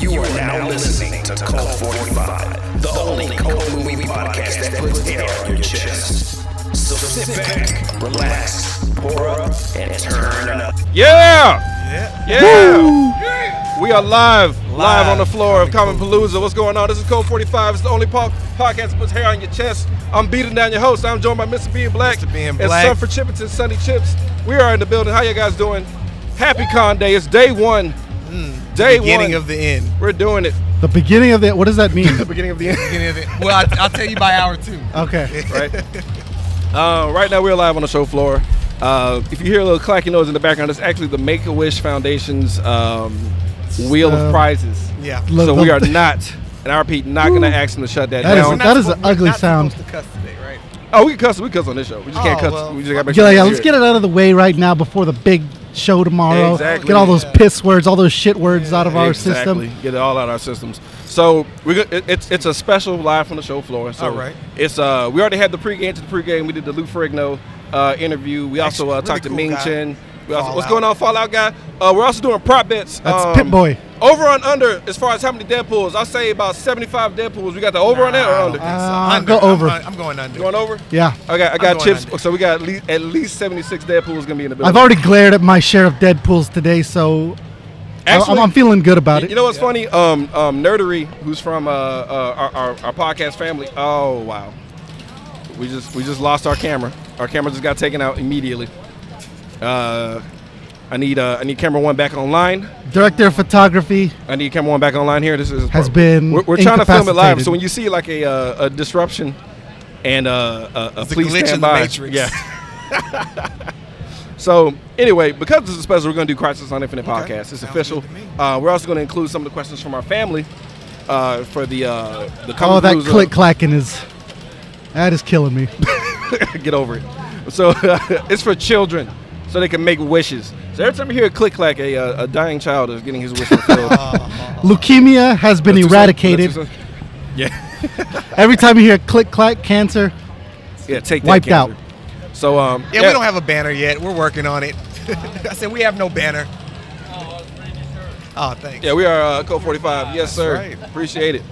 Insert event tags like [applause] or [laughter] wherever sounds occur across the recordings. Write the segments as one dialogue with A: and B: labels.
A: You, are, now, listening to Cult 45, the only cult movie podcast that puts air on your chest. So sit back, relax, pour up, and turn up.
B: Yeah! Yeah! We are live, live,
C: Live.
B: on the floor of Common Palooza. What's going on? This is Code 45. It's the only po- podcast that puts hair on your chest. I'm beating down your host. I'm joined by Mr. Being Black
C: Mr. Being
B: and
C: Black.
B: Sun for Chippington, Sunny Chips. We are in the building. How you guys doing? Happy Con Day. It's day one. day
C: Mm, Beginning
B: one.
C: of the end.
B: We're doing it.
D: The beginning of the what does that mean?
B: Beginning of [laughs] the end.
C: Beginning of the Well, I, I'll tell you by hour two.
B: [laughs]
D: okay.
C: [laughs]
B: right? Uh, right now, we're live on the show floor. Uh, if you hear a little clacking noise in the background, it's actually the Make a Wish Foundation's um, Wheel of
D: Um,
B: Prizes.
C: Yeah.
D: Look,
B: so
D: the-
B: we are not, and I repeat, not going to ask them to shut that,
D: That is-
C: We're
B: down.
C: not
D: that is
C: suppo-
D: an ugly
C: we're not
D: sound.
C: supposed to cuss today, right?
B: oh, we can cuss. We can cuss on this show. We just can't
C: Oh,
B: cuss.
C: well.
B: we just got
D: Yeah, yeah, let's get it out of the way right now before the big show tomorrow.
B: Exactly.
D: Get all those
B: Yeah.
D: piss words, all those shit words out of our
B: exactly.
D: system.
B: Get it all out of our systems. So we go- it, it's it's a special live from the show floor. So
C: All right.
B: It's uh we already had the pregame to the pregame. We did the Lou Ferrigno uh, interview. We also
C: Actually,
B: uh,
C: really
B: talked to
C: cool
B: Ming
C: guy.
B: Chen. We also, what's
C: Fallout.
B: going on, Fallout guy? Uh, we're also doing prop bets. Um,
D: That's Pit Boy.
B: Over on under as far as how many Deadpools. I say about seventy-five Deadpools. We got the over on that or
C: I don't
B: under.
C: think so.
D: Uh,
C: Under.
D: go
C: I'm-
D: over.
C: I'm, going under.
B: Going over?
D: Yeah.
B: I got I got
C: going
B: chips.
C: under.
B: So we got at least, at least seventy-six Deadpools gonna be in the building.
D: I've already glared at my share of Deadpools today, so I- I'm-
B: Actually-
D: I'm, feeling good about
B: You-
D: it.
B: You know what's funny? Um, um, Nerdery, who's from uh, uh, our, our, our podcast family. Oh wow, we just we just lost our camera. Our camera just got taken out immediately. Uh, I need uh, I need camera one back online.
D: Director of photography.
B: I need camera one back online here. This is
D: Has been
B: We're, we're trying to film it live,
D: incapacitated.
B: so when you see like a uh, a disruption and uh, a, a
C: It's a
B: please
C: glitch
B: stand
C: in the
B: by.
C: matrix.
B: Yeah.
C: [laughs]
B: [laughs] So anyway, because this is special, we're going to do Crisis on Infinite podcast. It's
C: Sounds
B: official.
C: good to me.
B: Uh, we're also going to include some of the questions from our family uh, for the uh, the coming
D: Oh, that
B: Palooza.
D: click clacking is that is killing me. [laughs]
B: [laughs] Get over it. So [laughs] it's for children, so they can make wishes. So every time you hear a click clack, a, uh, a dying child is getting his
D: [laughs]
B: wish fulfilled.
D: Leukemia has been
B: That's what's up.
D: eradicated.
B: That's what's up. Yeah,
D: Every time you hear click clack, cancer.
B: yeah. Take that.
D: Wiped
B: cancer. So um,
C: Yeah, we don't have a banner yet. We're working on it. [laughs] I said we have no banner. Oh, thanks.
B: Yeah, we are uh, Code 45. Yes, sir.
C: Ah, right.
B: Appreciate it.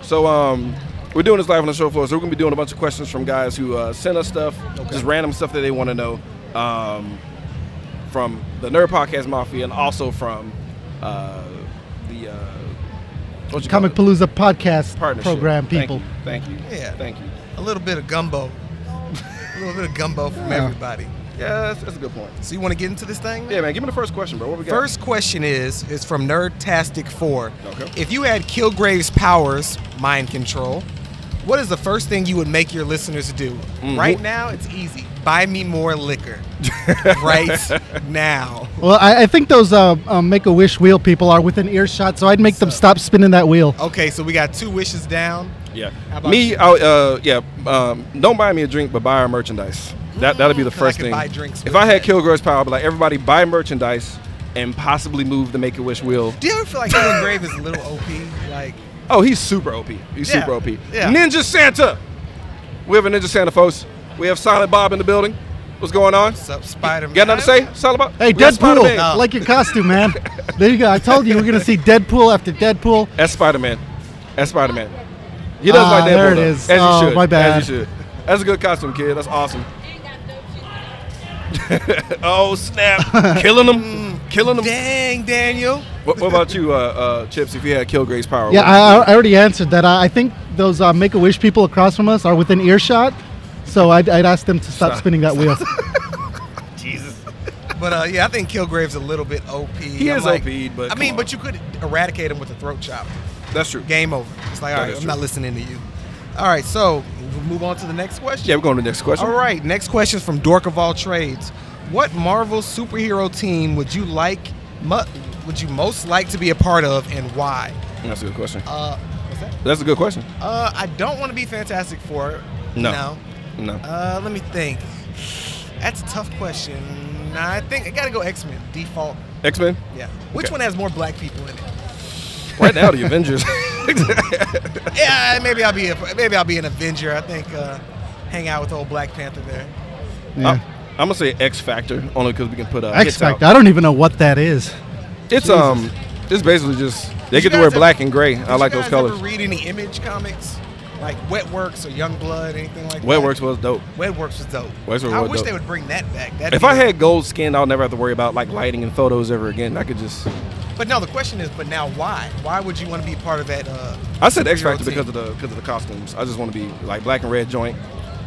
B: So, um, we're doing this live on the show floor, so we're gonna be doing a bunch of questions from guys who uh, sent us stuff, just random stuff that they want to know um, from the Nerd Podcast Mafia, and also from uh, the uh, what you call
D: Comic
B: it?
D: Palooza podcast
B: partnership
D: program
B: Thank
D: people.
B: you, Thank you.
C: Yeah.
B: Thank you.
C: A little bit of gumbo. a little bit of gumbo from everybody.
B: Yeah, that's, that's a good point.
C: So you want to get into this thing?
B: Yeah, man. Give me the first question, bro. What we got?
C: First question is is from Nerdtastic Four.
B: Okay.
C: If you had Kilgrave's powers, mind control, what is the first thing you would make your listeners do?
B: Mm.
C: Right now, it's easy. Buy me more liquor.
B: [laughs]
C: right now.
D: Well, I, I think those uh, um, Make a Wish wheel people are within earshot, so I'd make them stop spinning that wheel.
B: Oh,
C: Okay, so we got two wishes down.
B: Yeah.
C: How about
B: Me,
C: you?
B: I, uh, yeah. Um, don't buy me a drink, but buy our merchandise. That that'll be the
C: Mm, 'Cause I
B: first
C: can
B: thing.
C: buy drinks
B: if
C: with
B: I had
C: that.
B: Kilgore's power, I'd be like, everybody buy merchandise and possibly move the Make a Wish wheel.
C: Do you ever feel like Kilgrave is a little OP? Like,
B: Oh, he's super OP. He's
C: Yeah,
B: super OP.
C: yeah.
B: Ninja Santa. We have a Ninja Santa, folks. We have Silent Bob in the building. What's going on?
C: what's up, Spider Man?
B: Got nothing to say, Silent Bob?
D: Hey,
B: We got
D: Deadpool!
B: Spider-Man.
C: No.
D: Like your costume,
B: [laughs]
D: man. there you go. I told you we're gonna see Deadpool after Deadpool.
B: That's Spider Man. That's Spider Man. He does
D: Ah,
B: like that.
D: there
B: though,
D: it is.
B: As
D: Oh,
B: you should.
D: my bad.
B: As you should. That's a good costume, kid. That's awesome. [laughs] oh
D: [laughs]
B: snap! Killing them,
C: Mm.
B: killing them.
C: Dang, Daniel.
B: What, what about you, uh, uh, Chips? If you had Kilgrave's power,
D: Yeah,
B: what would you
D: I, I already answered that. I, I think those uh, Make a Wish people across from us are within earshot, so I'd, I'd ask them to stop spinning
B: [laughs]
D: that wheel.
B: oh,
C: But uh, yeah, I think Kilgrave's a little bit OP. He
B: is OP, but
C: I
B: come
C: mean,
B: on.
C: but you could eradicate him with a throat chop.
B: do? that's true.
C: Game over. It's like, all
B: That
C: right,
B: is
C: I'm
B: true.
C: not listening to you. All right, so we'll move on to the next question.
B: Yeah, we're going to the next question.
C: All right, next question is from Dork of All Trades. What Marvel superhero team would you like, mu- would you most like to be a part of, and why?
B: Mm, That's a good question.
C: Uh, what's that?
B: That's a good question.
C: Uh, I don't want to be Fantastic Four.
B: No.
C: No.
B: No.
C: Uh, let me think. That's a tough question. Nah, I think I gotta go X Men default.
B: X
C: [laughs]
B: Men.
C: Yeah. Which
B: Okay.
C: one has more black people in it?
B: Right now, the
C: [laughs]
B: Avengers.
C: yeah, maybe I'll be a, maybe I'll be an Avenger. I think uh, hang out with old Black Panther there.
B: I,
D: Yeah.
B: am gonna say X Factor only because we can put uh,
D: X
B: hits out. [laughs]
D: Factor. I don't even know what that is.
B: It's um, It's basically just they
C: Did you
B: get to wear
C: guys ever-
B: black and gray. I
C: Did
B: like
C: you
B: those
C: guys
B: colors.
C: Ever read any Image comics, like Wet Works or Young Blood, anything like that?
B: Wetworks was dope.
C: Wet Works was dope.
B: Works was
C: I
B: dope.
C: wish they would bring that back. That'd
B: If
C: be-
B: I had gold skin, I'll never have to worry about like lighting and photos ever again. I could just.
C: but no, the question is, but now why? Why would you want to be part of that? Uh,
B: I said X
C: superhero
B: Factor
C: team?
B: because of the because of the costumes. I just want to be like black and red joint.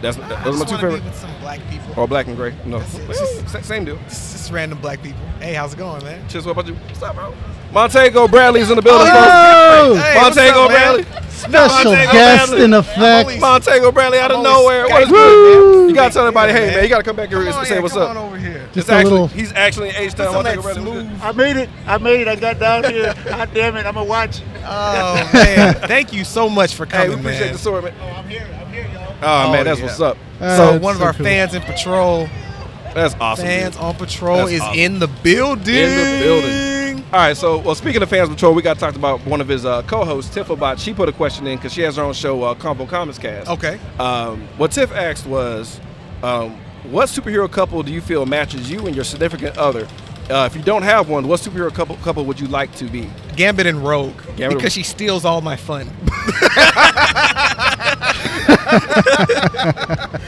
B: That's
C: I
B: those are my
C: just
B: two favorite.
C: want to be
B: Oh.
C: with some black people.
B: Or black and gray. No,
C: That's it.
B: Well, same deal.
C: It's just random black people. Hey, how's it going, man?
B: Just what about you? What's up, bro? Montego Bradley's in the building.
D: Oh!
B: folks.
C: Hey, what's
B: Montego
C: up, man?
B: Bradley.
D: Special
B: Montego
D: guest
B: Bradley.
D: in
C: Holy
D: effect.
B: Montego Bradley out of
C: I'm always
B: nowhere. What is
C: Skyping,
B: good,
D: man.
B: You gotta tell everybody,
C: Yeah,
B: hey
C: man.
B: man, you gotta come back here
C: Come
B: and
C: on
B: say
C: in,
B: what's
C: come
B: up.
C: on over here.
D: Just
B: It's
D: a
B: actually
D: little-
B: he's actually in H
C: Just
B: Town.
C: on
B: Montego
C: that
B: Bradley.
C: smooth.
E: I made it. I made it. I got down here. God damn it. I'm going to watch.
C: Oh man, [laughs] thank you so much for
B: Hey,
C: coming,
B: we appreciate
C: man.
B: the sword, man.
E: I'm here. I'm here, y'all.
B: Oh,
C: Oh,
B: man, that's
C: yeah.
B: what's up.
D: Uh,
C: so
D: it's
C: one of
D: so
C: our
D: cool.
C: fans in patrol,
B: That's awesome. dude.
C: fans on patrol
B: That's
C: is
B: awesome.
C: in the building.
B: in the building. All right, so well, speaking of fans patrol, we got talked about one of his uh, co-hosts, Tiff about. She put a question in because she has her own show, uh, Combo Comics Cast.
C: Okay.
B: Um, what Tiff asked was, um, what superhero couple do you feel matches you and your significant other? Uh, if you don't have one, what superhero couple couple would you like to be?
C: Gambit and Rogue
B: Gambit-
C: because she steals all
B: [laughs]
C: my fun.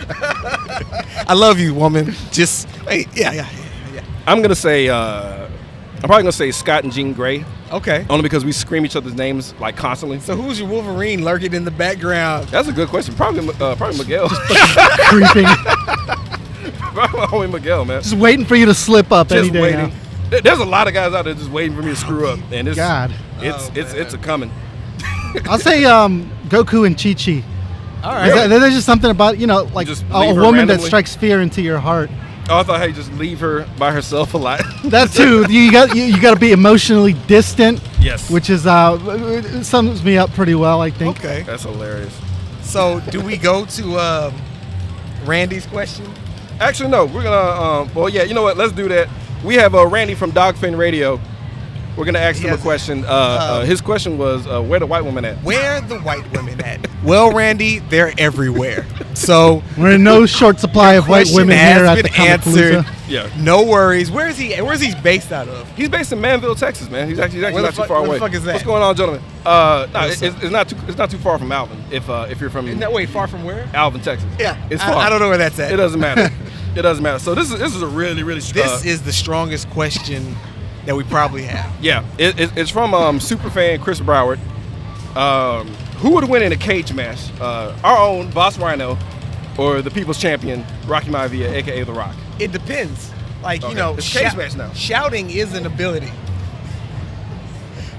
C: I love you, woman. Just wait, yeah, yeah, yeah,
B: I'm gonna say, uh, I'm probably gonna say Scott and Jean Grey,
C: yeah. Okay.
B: only because we scream each other's names like constantly.
C: So who's your Wolverine lurking in the background?
B: That's a good question. Probably, uh, probably Miguel. [laughs]
D: Creeping.
B: probably Miguel, man.
D: Just waiting for you to slip up any
B: just
D: day
B: waiting.
D: now.
B: There- There's a lot of guys out there just waiting for me to screw up, and it's
D: God.
B: it's
C: Oh,
B: it's
C: man.
B: it's a coming.
D: I'll say um, Goku and Chi Chi.
C: All
D: Is that- There's just something about, you know, like
B: Just
D: a,
B: leave
D: a
B: her
D: woman that
B: randomly?
D: strikes fear into
C: [laughs]
D: your heart.
B: Oh, I thought, hey, just leave her by herself a lot. [laughs]
D: That too. You got you, you got to be emotionally distant.
B: Yes.
D: Which is uh it sums me up pretty well, I think.
C: Okay.
B: That's hilarious.
C: So do we go to um, Randy's question?
B: Actually, no, we're gonna. Um, well, yeah, you know what? Let's do that. We have uh, Randy from Dogfin Radio. We're gonna ask him a
C: Yes.
B: question. Uh, uh, his question was, uh, "Where the white woman at?"
C: Where are the white women at? Well, Randy, they're everywhere. So
D: We're in no short supply of white
C: question
D: women
C: has
D: here at the
C: been
D: Comic-Palooza.
C: answered.
B: Yeah,
C: No worries. Where is he? Where's he based out of?
B: he's based in Manville, Texas, man. He's actually, he's actually
C: Where the
B: not too
C: fuck-
B: far
C: where the
B: away.
C: fuck is that?
B: What's going on, gentlemen? Uh, no,
C: Where's
B: it's,
C: that?
B: it's not too it's not too far from Alvin. If uh, if you're from
C: Isn't that way far from where?
B: Alvin, Texas. it's far.
C: I, I don't know where that's at.
B: It doesn't matter. [laughs] it doesn't matter. So this is this is a really really str-
C: This
B: uh,
C: is the strongest question that we probably have.
B: yeah. It, it, it's from um, super fan Chris Broward. Um, who would win in a cage match? Uh, our own Boss Rhino or the People's Champion Rocky Maivia, aka The Rock?
C: It depends. Like
B: Okay.
C: you know,
B: It's cage match now.
C: shouting is an ability.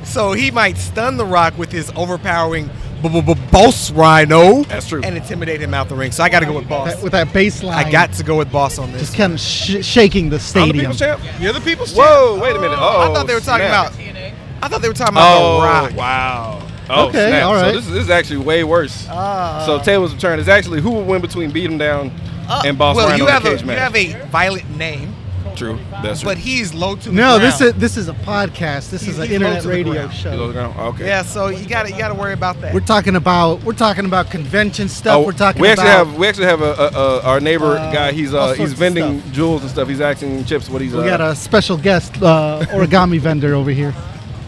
C: So he might stun the Rock with his overpowering b- b- boss rhino.
B: That's true.
C: And intimidate him out the ring. So I got to go with boss.
D: That- with that baseline.
C: I got to go with boss on this.
D: just kind of sh- shaking the
B: I'm the
D: stadium.
B: People's Champ.
C: You're the people's
B: Whoa! Wait a minute. Oh,
C: I thought they were talking
B: snap.
C: about. I thought they were talking about
B: Oh
C: the Rock.
B: wow. Oh,
D: Okay,
B: snap.
D: all right.
B: So this, is- this is actually way worse.
C: Ah.
B: so tables of turn is actually who would win between beat him down
C: Uh,
B: and Boss
C: well,
B: Rhino
C: you
B: in
C: have
B: a cage
C: a
B: match.
C: you have a violent name,
B: True. That's true.
C: but he's low to the
D: No,
C: ground.
D: this is this is a podcast. This
C: He's-
D: is an
C: he's low
D: internet
C: to the
D: radio
C: ground.
D: show.
B: okay.
C: yeah. So you got to you got to worry about that.
D: We're talking about we're talking about convention stuff.
B: Oh,
D: we're talking
B: we
D: about
B: actually have we actually have a, a, a our neighbor
D: Uh,
B: guy. He's
D: all
B: uh,
D: sorts
B: he's
D: of
B: vending
D: stuff.
B: jewels and stuff. He's asking chips what he's.
D: we
B: uh,
D: got a special guest uh, origami vendor over here.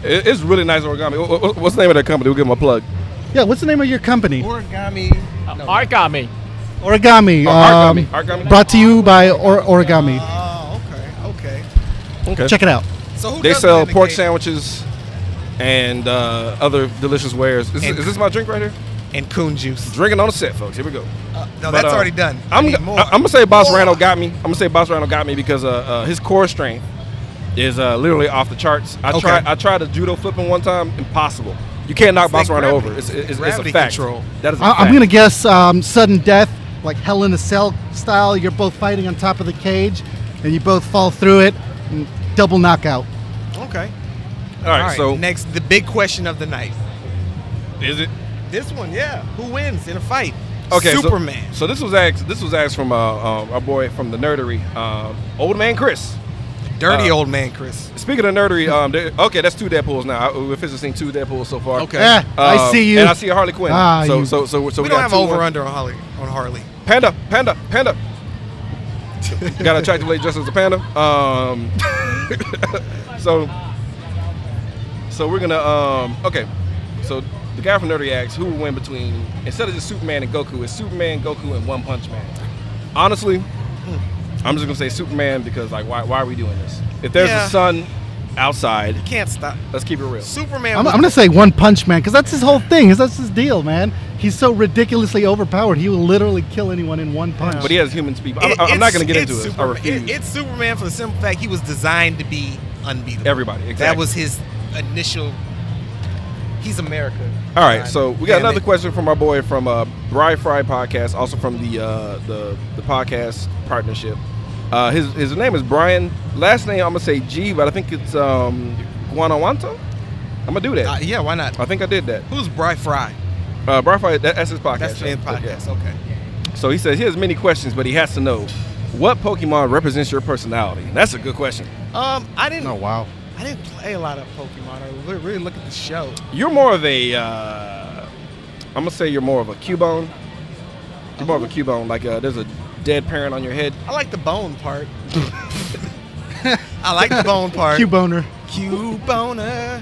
B: it- it's really nice origami. Wha- wha- What's the name of that company? We'll give him a plug.
D: Yeah, what's the name of your company?
C: origami. no.
F: Origami.
D: Origami.
B: Oh,
D: um,
B: Origami. Origami.
D: Brought to you by or- Origami.
C: Oh, okay, okay.
B: Okay.
D: Check it out.
C: So who
B: They
C: does
B: sell
C: win the
B: pork
C: cage? sandwiches
B: sandwiches and uh, other delicious wares. Is,
C: And-
B: is this my drink right here?
C: and coon juice?
B: Drinking on the set, folks. Here we go.
C: Uh,
B: But,
C: no, that's
B: uh,
C: already done. I
B: I'm,
C: need
B: I'm
C: more.
B: gonna say Boss
C: More.
B: Randall got me. I'm gonna say Boss Randall got me because uh, uh, his core strength is uh, literally off the charts. I
C: Okay.
B: tried I tried a judo flipping one time. Impossible. You can't knock
C: It's
B: Boss
C: like
B: Rhino
C: gravity.
B: over. It's, it's, it's a
C: Gravity
B: fact.
C: control.
B: That is. a
D: I- I'm
B: fact.
D: gonna guess um, sudden death, like Hell in a Cell style. You're both fighting on top of the cage, and you both fall through it. And double knockout.
C: Okay.
B: All right. so
C: next, the big question of the night.
B: is it?
C: This one, yeah. Who wins in a fight?
B: Okay, so-
C: Superman.
B: So, this was asked. This was asked from uh, um, our boy from the Nerdery, um, Old Man Chris.
C: Dirty
B: uh,
C: old man, Chris.
B: Speaking of Nerdery, um, there- okay, that's two Deadpool's now. I- We've officially seen two Deadpools so far.
C: Okay.
D: Eh, I
B: Um,
D: see you.
B: And I see a Harley Quinn.
D: Ah,
B: so,
D: you-
B: so so so
C: we
B: got
C: don't have
B: two
C: over
B: on-
C: under on Harley. On Harley.
B: Panda, panda, panda. Got a [laughs] attractive lady dressed as a panda. Um, so, so So we're gonna um okay. So the guy from Nerdy Acts, who will win between instead of just Superman and Goku, it's Superman, Goku, and One Punch Man. Honestly, I'm just gonna say Superman because like why why are we doing this? If there's
C: Yeah.
B: a sun outside,
C: Can't stop.
B: let's keep it real.
C: Superman.
D: I'm,
C: was-
D: I'm gonna say One Punch Man because that's his whole thing. 'cause That's his deal, man. He's so ridiculously overpowered. He will literally kill anyone in one punch.
B: But he has human speed. I'm,
C: It-
B: I'm not
C: it's-
B: gonna get
C: it's
B: into it. I
C: Superman.
B: refuse.
C: it's Superman for the simple fact he was designed to be unbeatable.
B: Everybody,
C: That
B: exactly.
C: was his initial. He's America.
B: All right,
C: God
B: so we got
C: damn
B: another
C: it.
B: question from our boy from uh, Bri Fry Podcast, also from the uh, the the podcast partnership. Uh, his his name is Brian. Last name I'm gonna say G, but I think it's um, Guanajuato. I'm gonna do that.
C: Uh, yeah, why not?
B: I think I did that.
C: Who's Bry Fry?
B: Uh, Bri Fry, that, that's his podcast.
C: That's the
B: yeah.
C: end podcast.
B: Yeah.
C: Okay.
B: So he says he has many questions, but he has to know what Pokemon represents your personality. That's a good question.
C: Um, I didn't.
D: oh wow.
C: I didn't play a lot of Pokemon. I really, really look at the show.
B: You're more of a, uh, I'm gonna say you're more of a Cubone. You're more of a Cubone. Like uh, there's a dead parent on your head.
C: I like the bone
B: [laughs]
C: part. I like the bone part.
D: Q boner.
C: Q boner.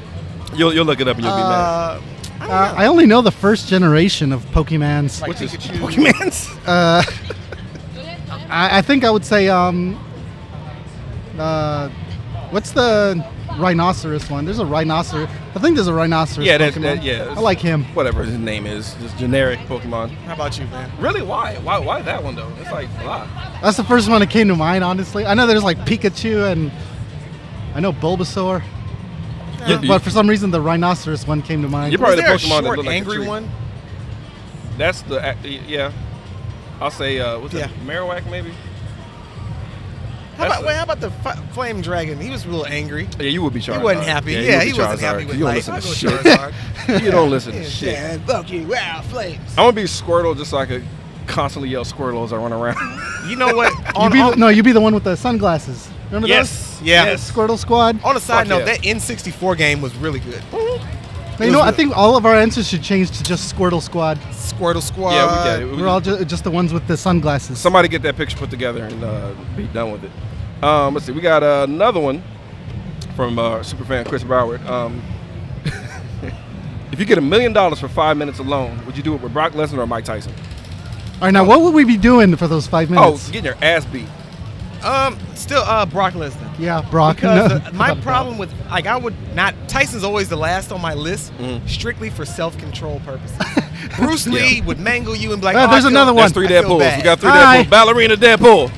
B: You'll, you'll look it up and you'll be mad.
C: Uh, I don't
D: Uh,
C: know.
D: I only know the first generation of Pokemans.
C: Like
B: What's this?
C: [laughs] Pikachu.
B: Pokemans?
D: Uh, I, I think I would say um, uh, what's the rhinoceros one? There's a rhinoceros. I think there's a
B: [laughs]
D: rhinoceros.
B: yeah, that's
D: Pokemon.
B: that, yeah.
D: I like him.
B: Whatever his name is, just generic Pokemon.
C: How about you, man?
B: Really? Why? Why? Why that one though? It's like why?
D: That's the first one that came to mind. Honestly, I know there's like Pikachu and I know Bulbasaur,
B: You-
D: but for some reason the rhinoceros one came to mind.
B: You're probably
C: Was
B: the
C: there
B: Pokemon that
C: a short,
B: looked like a
C: angry
B: tree.
C: one?
B: that's the act- yeah. I'll say uh, what's that?
C: Yeah.
B: Marowak maybe.
C: How
B: That's
C: about,
B: a-
C: wait, how about the fi- flame dragon? He was real angry.
B: Yeah, you would be Charizard.
C: He wasn't happy. Yeah,
B: you would
C: he
B: be
C: wasn't
B: Charizard.
C: happy with
B: you don't
C: life.
B: Listen
C: I'll
B: to
C: go
B: shit. [laughs]
C: Charizard.
B: you don't listen to
C: Yeah,
B: shit.
C: yeah, fuck you. Wow, flames.
B: I'm gonna be Squirtle just so I could constantly yell Squirtle as I run around.
C: You know [laughs] what?
D: you
C: On,
D: be the,
C: on,
D: no, you be the one with the sunglasses. Remember
B: Yes, [laughs]
D: those?
C: yeah.
B: yes.
D: Squirtle Squad.
C: on a side
B: Fuck
C: note,
B: yeah.
C: that N64 game was really good.
D: Now, you know, I think all of our answers should change to just Squirtle Squad.
C: Squirtle Squad.
B: yeah, we got it. We
D: We're all ju- just the ones with the sunglasses.
B: Somebody get that picture put together and uh, be done with it. Um, let's see. We got uh, another one from uh, superfan Chris Broward. Um, [laughs] if you get a million dollars for five minutes alone, would you do it with Brock Lesnar or Mike Tyson?
D: All right, now what would we be doing for those five
B: Oh,
D: minutes?
B: getting your ass beat.
C: Um, still uh, Brock Lesnar.
D: yeah, Brock.
C: Because
D: No.
C: uh, my problem with like I would not Tyson's always the last on my list,
B: Mm-hmm.
C: strictly for self control
B: [laughs]
C: purposes. Bruce Lee would mangle you and be like,
B: Uh,
D: Ah,
C: "Oh, I
D: there's
C: feel
D: another one."
B: That's three
C: I feel
B: Deadpools. We
C: bad."
B: got three
D: Hi.
B: Deadpool. Ballerina Deadpool.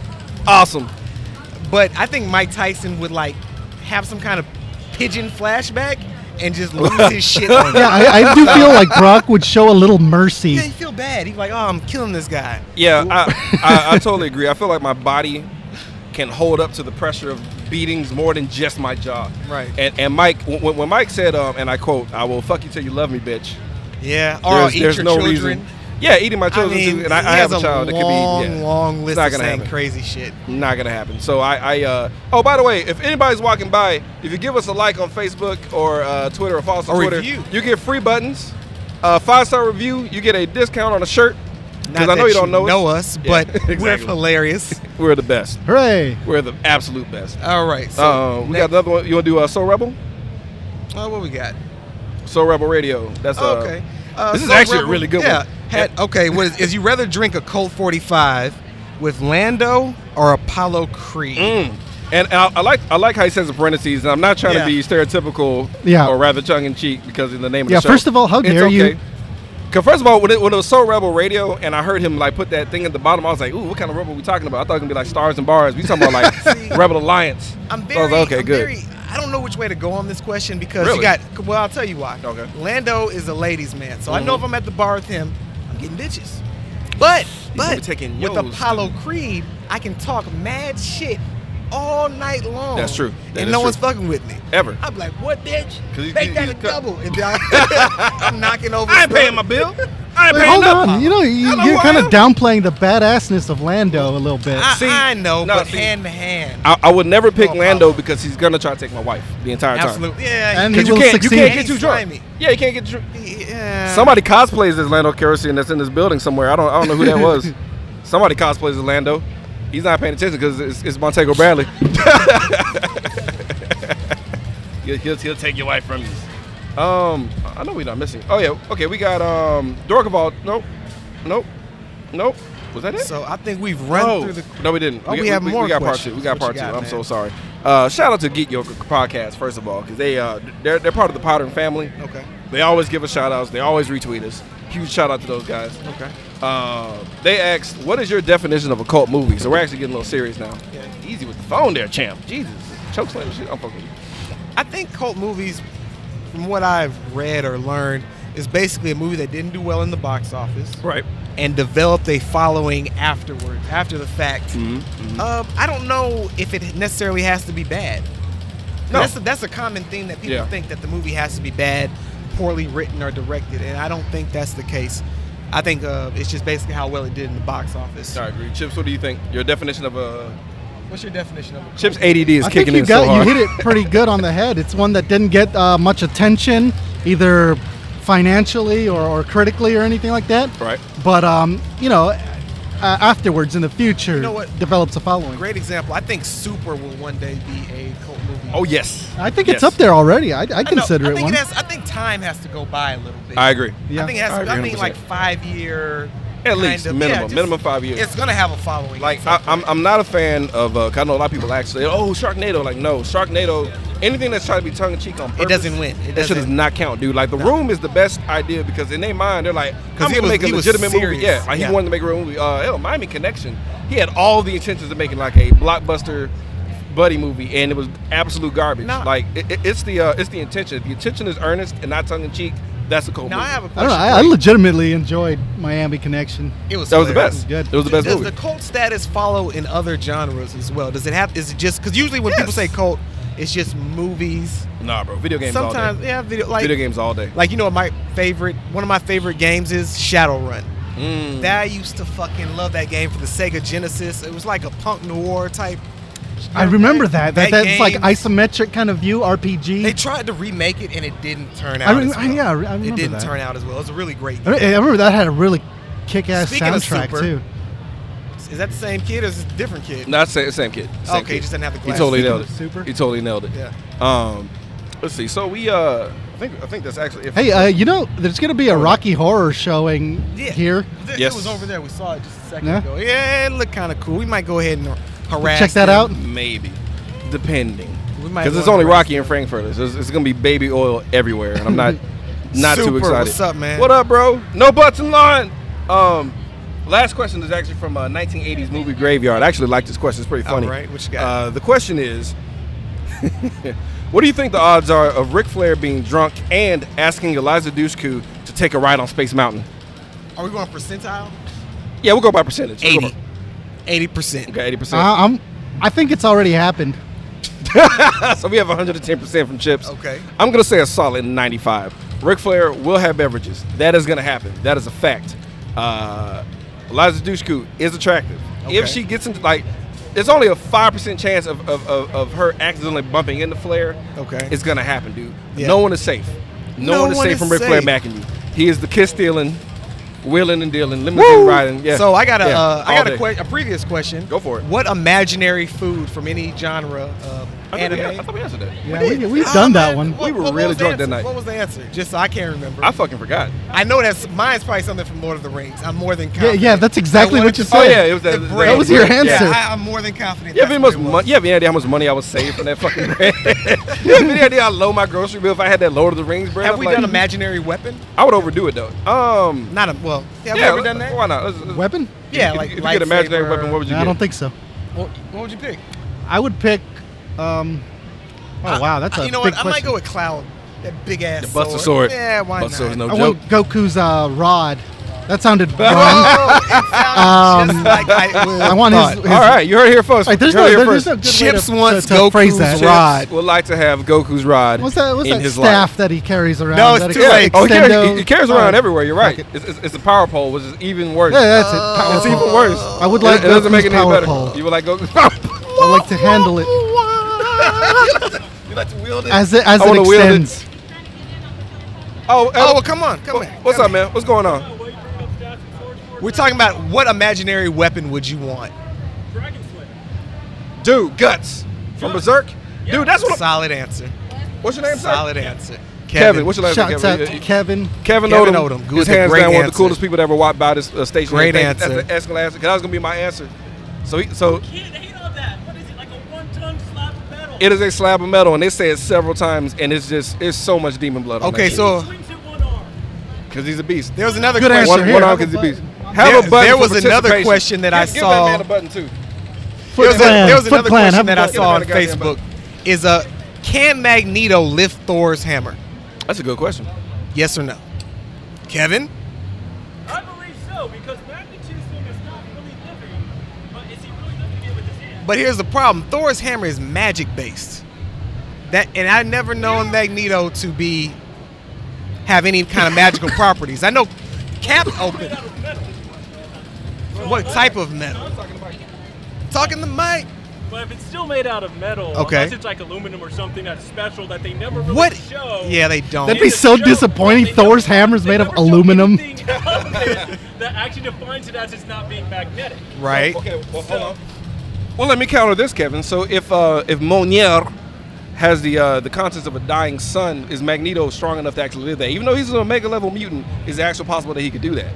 B: Awesome.
C: But I think Mike Tyson would like have some kind of pigeon flashback and just lose
B: [laughs]
C: his shit. On
D: Yeah,
C: yeah,
D: I, I do feel like Brock would show a little mercy.
C: yeah, you feel bad. He's like, "Oh, I'm killing this guy."
B: Yeah, I,
C: [laughs]
B: I, I totally agree. I feel like my body can hold up to the pressure of beatings more than just my job.
C: Right.
B: And and Mike, when, when Mike said, um, and I quote, "I will fuck you till you love me, bitch."
C: Yeah, or I'll eat your children.
B: Yeah, eating my children
C: I mean,
B: too, and I,
C: he
B: I
C: has
B: have a child. that could be
C: long,
B: yeah,
C: long list
B: not
C: of
B: gonna
C: saying
B: happen.
C: crazy shit.
B: Not gonna happen. So I, I uh, oh, by the way, if anybody's walking by, if you give us a like on Facebook or uh, Twitter or follow us on
C: A
B: Twitter,
C: review.
B: you get free buttons, uh, five star review, you get a discount on a shirt.
C: Not
B: Because I know
C: that
B: you don't know,
C: us,
B: Yeah, [laughs]
C: but we're
B: exactly.
C: hilarious.
B: We're the best.
D: Hooray!
B: We're the absolute best.
C: All right,
B: Uh,
C: so
B: we got another one. You want to do uh, Soul Rebel?
C: Oh, what we got?
B: Soul Rebel Radio. That's uh,
C: okay. Uh,
B: this is
C: so
B: actually
C: Rebel-
B: a really good
C: yeah,
B: one.
C: Had, okay, what is, is you rather drink a Colt 45 with Lando or Apollo Creed?
B: Mm. And and I, I like I like how he says in parentheses. And I'm not trying
C: Yeah.
B: to be stereotypical,
D: Yeah.
B: or rather tongue in cheek because in the name of
D: Yeah,
B: the show.
D: first of all, how dare you.
B: Cause first of all, when it, when it was so Rebel Radio, and I heard him like put that thing at the bottom, I was like, "Ooh, what kind of Rebel we talking about?" I thought it was gonna be like Stars and Bars. We talking about
D: [laughs]
C: See,
B: like Rebel Alliance.
C: I'm
B: So
C: very,
B: I was like, Oh, okay,
C: I'm
B: good.
C: Very, I don't know which way to go on this question because you
B: Really?
C: got. Well, I'll tell you why.
B: Okay.
C: Lando is a ladies' man, so I know
B: Mhm.
C: if I'm at the bar with him, I'm getting bitches. But
B: gonna be
C: but
B: taking
C: with
B: yo's,
C: Apollo Creed, I can talk mad shit all night long.
B: That's true. That
C: and
B: is
C: no
B: true.
C: one's fucking with me.
B: Ever.
C: I'm like, what, bitch?
B: 'Cause he-
C: Make
B: he-
C: that
B: he
C: a
B: cut-
C: double.
B: [laughs]
C: And then I, [laughs] I'm knocking over.
B: I ain't
C: his
B: paying my
C: brother.
B: bill. I ain't
D: Wait,
B: paying
D: hold
B: nothing.
D: on. You know, you,
B: know
D: you're
B: who I
D: kind of
B: am.
D: downplaying the badassness of Lando a little bit.
C: I,
B: See,
C: I know,
B: no,
C: but
B: see.
C: hand to hand.
B: I, I would never pick
C: Oh,
B: Lando
C: Apollo.
B: because he's gonna try to take my wife the entire time.
C: Absolutely. Yeah.
D: And
C: you
B: Because
D: he
B: you
D: will
B: can't,
D: succeed.
B: you can't get too
C: He's
B: drunk.
C: slimy.
B: Yeah, you can't get drunk.
C: can- yeah.
B: Somebody cosplays as Lando Calrissian that's in this building somewhere. I don't I don't know who that was. Somebody cosplays as Lando. He's not paying attention because it's, it's Montego Bradley. he'll, he'll, he'll take your wife from you. Um, I know we're not missing. Oh yeah, okay. We got um Dorkavall. Nope, nope, nope. Was that it?
C: So I think we've run
B: Oh,
C: through the.
B: no, we didn't.
C: Oh, we have more
B: We got part
C: questions.
B: two. We got
C: What
B: part
C: you
B: two.
C: got,
B: I'm so
C: man?
B: sorry. Uh, shout out to Geek Yoga Podcast first of all because they uh they're they're part of the Pattern family.
C: Okay.
B: They always give us shout outs. They always retweet us. Huge shout out to those guys.
C: Okay.
B: Uh, they asked, "What is your definition of a cult movie?" So we're actually getting a little serious now.
C: Yeah.
B: Easy with the phone there, champ. Jesus, chokeslam shit. I'm fucking. with you.
C: I think cult movies, from what I've read or learned, is basically a movie that didn't do well in the box office.
B: Right.
C: and developed a following afterwards, after the fact.
B: Mm-hmm,
C: Um, I don't know if it necessarily has to be bad.
B: No.
C: That's, a, that's a common thing that people
B: Yeah.
C: think that the movie has to be bad, poorly written or directed, and I don't think that's the case. I think uh, it's just basically how well it did in the box office.
B: I agree. Chips, what do you think? Your definition of a
C: What's your definition of it?
B: Chips ADD is
D: I think
B: kicking
D: you
B: in so
D: got
B: hard.
D: you hit it pretty good on the head. It's one that didn't get uh, much attention, either financially or, or critically or anything like that.
B: Right.
D: But um, you know, uh, afterwards in the future,
C: know what?
D: develops a following.
C: Great example. I think Super will one day be a cult movie.
B: Oh yes.
D: I think it's
B: Yes.
D: up there already. I, I
C: I know.
D: consider
C: I
D: it
C: think
D: one.
C: It has, I think time has to go by a little bit.
B: I agree.
D: Yeah.
C: I think it has.
B: I agree
C: I, mean, like
B: 100%.
C: five year.
B: At
C: kind
B: least
C: of-
B: minimum.
C: just-
B: Minimum five years.
C: It's gonna have a following.
B: Like I, I'm, I'm not a fan of. Uh, 'cause I know a lot of people actually. Oh, Sharknado. Like no, Sharknado. Anything that's trying to be tongue in cheek on purpose.
C: doesn't win. It
B: that shit does
C: doesn't.
B: not count, dude. Like the room is the best idea because in their mind they're like, I'm
C: 'Cause he
B: gonna
C: was-
B: make a
C: he was
B: legitimate movie.
C: serious.
B: Yeah, like,
C: Yeah.
B: he wanted to make a real movie. Uh, hell, Miami Connection. He had all the intentions of making like a blockbuster buddy movie, and it was absolute garbage.
C: Nah.
B: Like it, it- it's the uh, it's the intention. If the intention is earnest and not tongue in cheek, that's a cold
C: now I
B: movie.
C: have a
D: I don't
C: question.
D: know. I, I legitimately enjoyed Miami Connection.
C: it was
B: that was the
C: hilarious.
B: best.
D: Good.
B: It was the best
C: does
B: movie.
C: the cult status follow in other genres as well? Does it have? Is it just because usually when people
B: Yes.
C: say cult, it's just movies.
B: nah, bro. Video games. all
C: Sometimes
B: day.
C: yeah, video like
B: video games all day.
C: Like you know, what my favorite one of my favorite games is Shadowrun.
B: Mm.
C: That I used to fucking love that game for the Sega Genesis. It was like a punk noir type.
D: I remember that. that, that's like
C: game,
D: isometric kind of view RPG.
C: They tried to remake it and it didn't turn out.
D: I rem-
C: as
D: I-
C: well.
D: yeah, I re- I
C: it
D: remember
C: didn't
D: that.
C: turn out as well. It was a really great.
D: I
C: Game.
D: re- I remember that had a really kick-ass
C: Speaking of
D: soundtrack
C: Super,
D: too.
C: Is that the same kid or is it a different kid?
B: Not same, same kid. Same
C: Okay, he
B: kid.
C: just didn't have the
B: He
C: glasses.
B: totally
D: Speaking
B: nailed it.
D: of super.
B: He totally nailed it.
C: Yeah.
B: Um, let's see. So we, uh, I think, I think that's actually. If
D: Hey, uh, you know, there's gonna be a Rocky Horror showing
C: Yeah.
D: here.
C: Th-
B: Yes.
C: It was over there. We saw it just a second
D: Yeah.
C: ago. Yeah, it looked kind of cool. We might go ahead and harass.
D: Check that
C: them.
D: out.
B: maybe, depending,
C: We might
B: because it's
C: wanna
B: only
C: rest
B: Rocky and Frankfurters. It's, it's gonna be baby oil everywhere, and I'm
C: [laughs]
B: not, not too
C: Super,
B: excited.
C: what's up, man?
B: What up, bro? No butts in line. Um, last question is actually from a 1980s movie Graveyard. I actually like this question. It's pretty
C: All
B: funny.
C: right, what you got?
B: Uh, the question is. [laughs] What do you think the odds are of Ric Flair being drunk and asking Eliza Dushku to take a ride on Space Mountain?
C: Are we going percentile?
B: Yeah, we'll go by percentage. We'll go
C: 80. 80%.
B: by- okay, eighty percent.
C: Uh-huh.
D: I, Uh, I'm, I think it's already happened.
B: [laughs] so we have one hundred and ten percent from chips.
C: Okay.
B: I'm gonna say a solid ninety-five. Ric Flair will have beverages. That is gonna happen. That is a fact. Uh, Eliza Dushku is attractive. If
C: Okay.
B: she gets into like, it's only a five percent chance of, of, of, of her accidentally bumping into Flair.
C: Okay.
B: It's gonna happen, dude.
C: Yeah.
B: No one is safe. No,
C: No
B: one is
C: one
B: safe
C: is
B: from Ric Flair
C: safe.
B: backing you. He is the kiss stealing, wheeling and dealing, limousine riding. Yeah.
C: So I got a,
B: Yeah.
C: uh, I
B: All
C: got
B: day.
C: a, que- a previous question.
B: Go for it.
C: What imaginary food from any genre of
B: I thought we-
C: anime?
B: I thought we answered that.
D: Yeah, we, we've
C: Oh,
D: done that
C: man,
D: one.
C: what-
B: We were
C: what
B: really
C: was the
B: drunk that
C: answer?
B: night.
C: What was the answer? Just I can't remember.
B: I fucking forgot.
C: I know that's mine's probably something from Lord of the Rings. I'm more than
D: Yeah,
C: confident.
D: yeah, that's exactly
C: I
D: what you
C: wanted
D: said.
B: Oh yeah, it was that.
C: The bread.
D: That was your
B: bread. Yeah.
D: answer.
C: I, I'm more than confident.
B: You have
C: that's
B: any
C: what
B: much
C: it was.
B: money? You have any idea how much money I was saving from that fucking [laughs] bread? you have any idea I low my grocery bill if I had that Lord of the Rings bread?
C: Have
B: I'm
C: we
B: like,
C: done imaginary weapon?
B: I would overdo it though. Um,
C: Not a well. Yeah, have
B: yeah,
C: we ever done that?
B: Why not? Let's- let's-
D: Weapon?
C: Yeah,
B: if,
C: like
B: if you get imaginary
C: lightsaber.
B: weapon, what would you
D: No,
B: get?
D: I don't think so.
C: What, what would you pick?
D: I would pick. Um, oh wow, that's a
C: Uh, you know
D: big
C: what? I might
D: question.
C: go with Cloud. That big ass.
B: the Buster sword.
C: sword. Yeah, why
B: Buster
C: not?
B: sword is no
D: I
B: joke.
D: went Goku's uh, rod. That sounded wrong.
C: [laughs] Oh, it sounded just like I would.
D: Um, [laughs] I want his. his
B: All right, you heard it here first.
D: Like, there's
B: You
D: no,
B: heard it here
D: there's
B: first.
D: no good
C: Chips
D: way to,
C: wants
D: to, to phrase
C: Goku's
D: that.
C: rod. rod.
B: Would like to have Goku's rod
D: What's that? What's
B: in
D: that
B: his
D: staff
B: life.
D: that he carries around?
C: No, it's
D: that
C: too
D: he-
C: late.
B: Oh, he carries,
D: Extendo-
B: he, he carries
D: All
B: around
D: right.
B: everywhere. You're right.
D: Fuck it.
B: It's, it's, it's a power pole, which is even worse.
D: Yeah, that's it.
B: it's even worse.
D: I would like
B: it, it doesn't make it
D: Goku's
B: any
D: power
B: better.
D: pole.
B: You would like Goku's power pole.
D: [laughs] I
B: [laughs]
D: like to handle it
B: You like to wield it.
D: as it as
B: I
D: it
B: wanna wield it.
D: extends.
B: Oh,
C: Oh,
B: oh,
C: well, come on, come on.
B: what's up, man? What's going on?
C: We're talking about what imaginary weapon would you want?
B: Dude, guts from Berserk. Dude, that's what.
C: Solid answer.
B: what's your name, sir?
C: Solid answer.
B: Kevin, what's your last name?
D: Shouts out
B: Kevin?
D: to Kevin.
B: Kevin,
C: Kevin
B: Odom,
C: Odom, who
B: who's
C: was a
B: hands
C: great
B: down one of the
C: answer.
B: coolest people that ever walked by this uh, station.
C: Great
B: Thank you.
C: answer.
B: That's an excellent answer because that was gonna be my answer. So, he, so
F: Kid, hate on that. What is it, like a one-ton slab of metal?
B: it is a slab of metal, and they say it several times, and it's just it's so much demon blood.
C: Okay, so
F: Swings it one arm.
B: because he's a beast.
C: there was another
D: Good
C: question.
B: One,
D: answer here.
B: one
D: Have
B: arm
D: a
B: because he's a
D: button.
B: beast. Have a
C: There-
B: button.
C: there
B: for
C: was another
B: participation.
C: question that I
B: Give- give that
C: saw.
B: man a button too.
C: There was, a,
D: Clan,
C: there was
D: Foot
C: another
D: Clan,
C: question
D: have
C: that
D: a
C: I
D: button.
C: saw on
B: Get him a goddamn
C: Facebook. Is a can Magneto lift Thor's hammer?
B: That's a good question.
C: Yes or no? Kevin,
F: I believe so, because magnetism is not really living, but is he really lifting it with his hand?
C: but here's the problem: Thor's hammer is magic based. That and I never known Magneto to be have any kind of
D: [laughs]
C: magical properties. I know Cap open. What type of metal? Talking the mic.
F: But if it's still made out of metal,
C: Okay.
F: unless it's like aluminum or something that's special that they never really
C: What?
F: show.
C: Yeah, they don't.
D: That'd be
F: in the
D: so
F: show,
D: disappointing.
F: they never-
D: Thor's hammer's
F: they
D: made of
F: never show
D: aluminum.
F: anything [laughs] of it that actually defines it as it's not being magnetic.
C: right.
B: Okay, well, hold on. Well, let me counter this, Kevin. So if uh, if Monier has the uh, the conscience of a dying son, is Magneto strong enough to actually live that? Even though he's an Omega level mutant, is it actually possible that he could do that?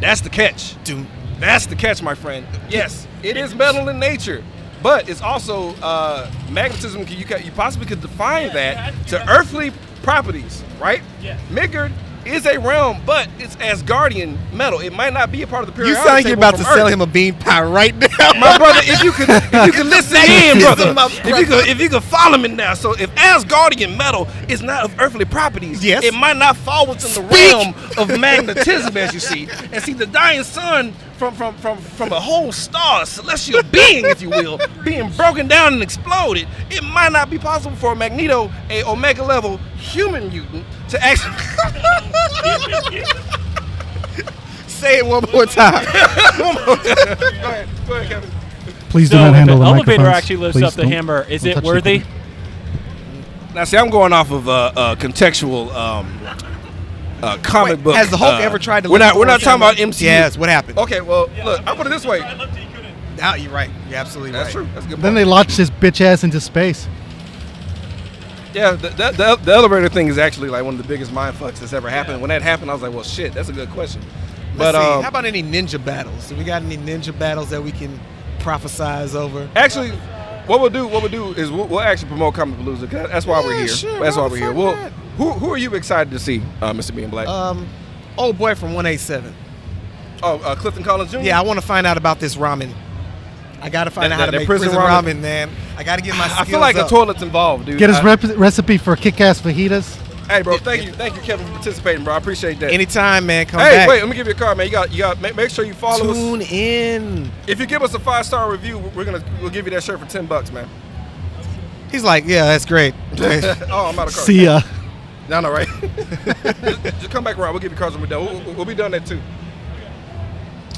B: That's the catch.
C: Dude,
B: That's the catch, my friend. Yes, it is metal in nature, but it's also uh, magnetism. Can you, ca- you possibly could define that to earthly properties, right?
F: Yeah.
B: Midgard is a realm, but it's Asgardian metal. It might not be a part of the
C: you
B: periodic
C: sound like you're
B: table
C: about to
B: from
C: sell
B: Earth.
C: him a bean pie right now. [laughs]
B: My brother, if you could, if you could listen in, brother,
C: my
B: if you could, if you could follow me now. So, if Asgardian metal is not of earthly properties,
C: Yes.
B: it might not fall within the
C: Speak.
B: realm of magnetism, as you see. And see, the dying sun from from from from a whole star, celestial being, if you will, being broken down and exploded, it might not be possible for a Magneto, a Omega level human mutant, to actually. [laughs]
C: Say it one more time.
D: Please do
F: So
D: not
F: if
D: handle
F: the
D: the
F: elevator
D: microphones.
F: actually lifts
D: Please
F: up the
D: don't-
F: hammer, is
D: don't
F: it
D: touch the
F: worthy?
B: Now, see, I'm going off of uh, uh, contextual um, uh, comic
C: Wait,
B: book.
C: has the Hulk
B: uh,
C: ever tried to
B: We're
C: lift
B: not. We're not
C: Thor's
B: talking about
C: hammer?
B: MCU.
C: Yes, what happened?
B: Okay. Well, look. I'll put it this way.
F: I love that you couldn't.
C: Oh, Now you're right. You're absolutely
B: That's
C: right.
B: true. That's a good.
D: Then they
B: point.
D: launched his bitch ass into space.
B: Yeah. The, the, the, the elevator thing is actually like one of the biggest mind fucks that's ever happened. When that happened, I was like, well, shit. That's a good question. But
C: But
B: um,
C: how about any ninja battles? Do we got any ninja battles that we can prophesize over?
B: actually. What we'll do, what we'll do is we'll, we'll actually promote Comic Palooza. 'cause That's why we're
C: Yeah,
B: here.
C: sure,
B: that's why
C: why
B: we're
C: the
B: here.
C: fuck
B: Well,
C: not?
B: who who are you excited to see, uh, Mr. Bean Black?
C: Um, old boy from 187.
B: oh, uh, Clifton Collins Jr.
C: Yeah, I want to find out about this ramen. I gotta find
B: That-
C: out how
B: that-
C: to
B: that
C: make
B: prison
C: prison,
B: ramen?
C: ramen. man. I gotta get my.
B: I
C: Skills
B: feel like
C: up.
B: a toilet's involved, dude.
D: Get his
B: I-
D: rep- recipe for kick ass fajitas.
B: Hey, bro, thank you, thank you, Kevin, for participating, bro. I appreciate that.
C: Anytime, man. Come
B: hey,
C: back.
B: wait, let me give you a card, man. You got, you got. Make, make sure you follow us.
C: Tune in.
B: If you give us a five star review, we're gonna we'll give you that shirt for ten bucks, man.
C: He's like, yeah, that's
B: [laughs]
C: great.
B: Oh, I'm out of cards.
D: See ya.
B: No, no,
C: [laughs]
B: right. just, just come back around. We'll give you cards when we're done. We'll, we'll- we'll be done at two.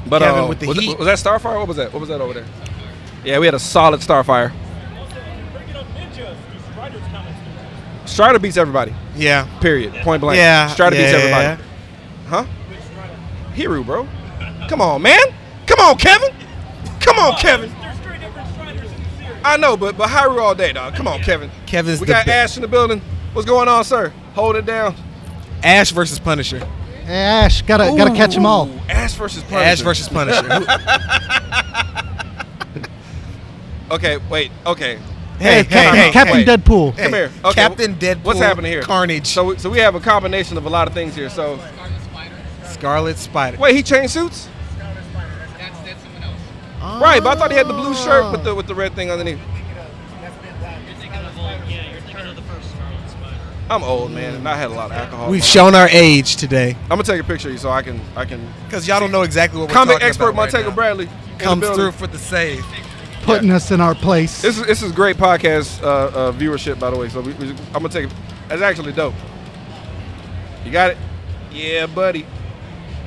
B: But
C: Kevin
B: uh,
C: with the
B: was,
C: heat.
B: was that Starfire? What was that? What was that over there? Yeah, we had a solid Starfire.
F: Bringing up ninjas, these writers' comments.
B: Strider beats everybody.
C: yeah.
B: Period. Point blank.
C: Yeah,
B: Strider beats
C: yeah.
B: everybody. Huh? Hero, bro. Come on, man. Come on, Kevin. Come on, Kevin.
F: There's three different Striders in the series.
B: I know, but but Hyru all day, dog. Come on, Kevin.
C: Kevin's
B: we
C: the
B: got
C: best.
B: Ash in the building. What's going on, sir? Hold it down.
C: Ash versus Punisher.
D: Hey, Ash, gotta gotta catch them all.
B: Ooh, Ash versus Punisher.
C: Ash versus
B: [laughs]
C: Punisher. Who-
B: Okay, wait. Okay,
C: hey, hey,
D: Captain,
C: hey,
D: Captain
C: hey.
D: Deadpool.
B: come here.
C: Hey,
B: Okay,
C: Captain
B: wh- What's
C: Deadpool,
B: happening here?
C: Carnage.
B: So we- so we have a combination of a lot of things here. So
C: Scarlet Spider.
B: wait, he changed suits? Right, but I thought he had the blue shirt with the with the red thing underneath.
F: Yeah, you're thinking of the first Scarlet Spider.
B: I'm old man, and I had a lot of alcohol.
C: We've shown our age today
B: I'm gonna take a picture of you so I can I can.
C: because y'all don't know exactly what we're
B: Comic
C: talking
B: expert
C: about right
B: Montego
C: now.
B: Bradley in the
C: comes
B: building.
C: through for the save.
D: Putting us in our place.
B: This is this is great podcast uh, uh, viewership, by the way. So we, we, I'm gonna take it. That's actually dope. You got it? Yeah, buddy.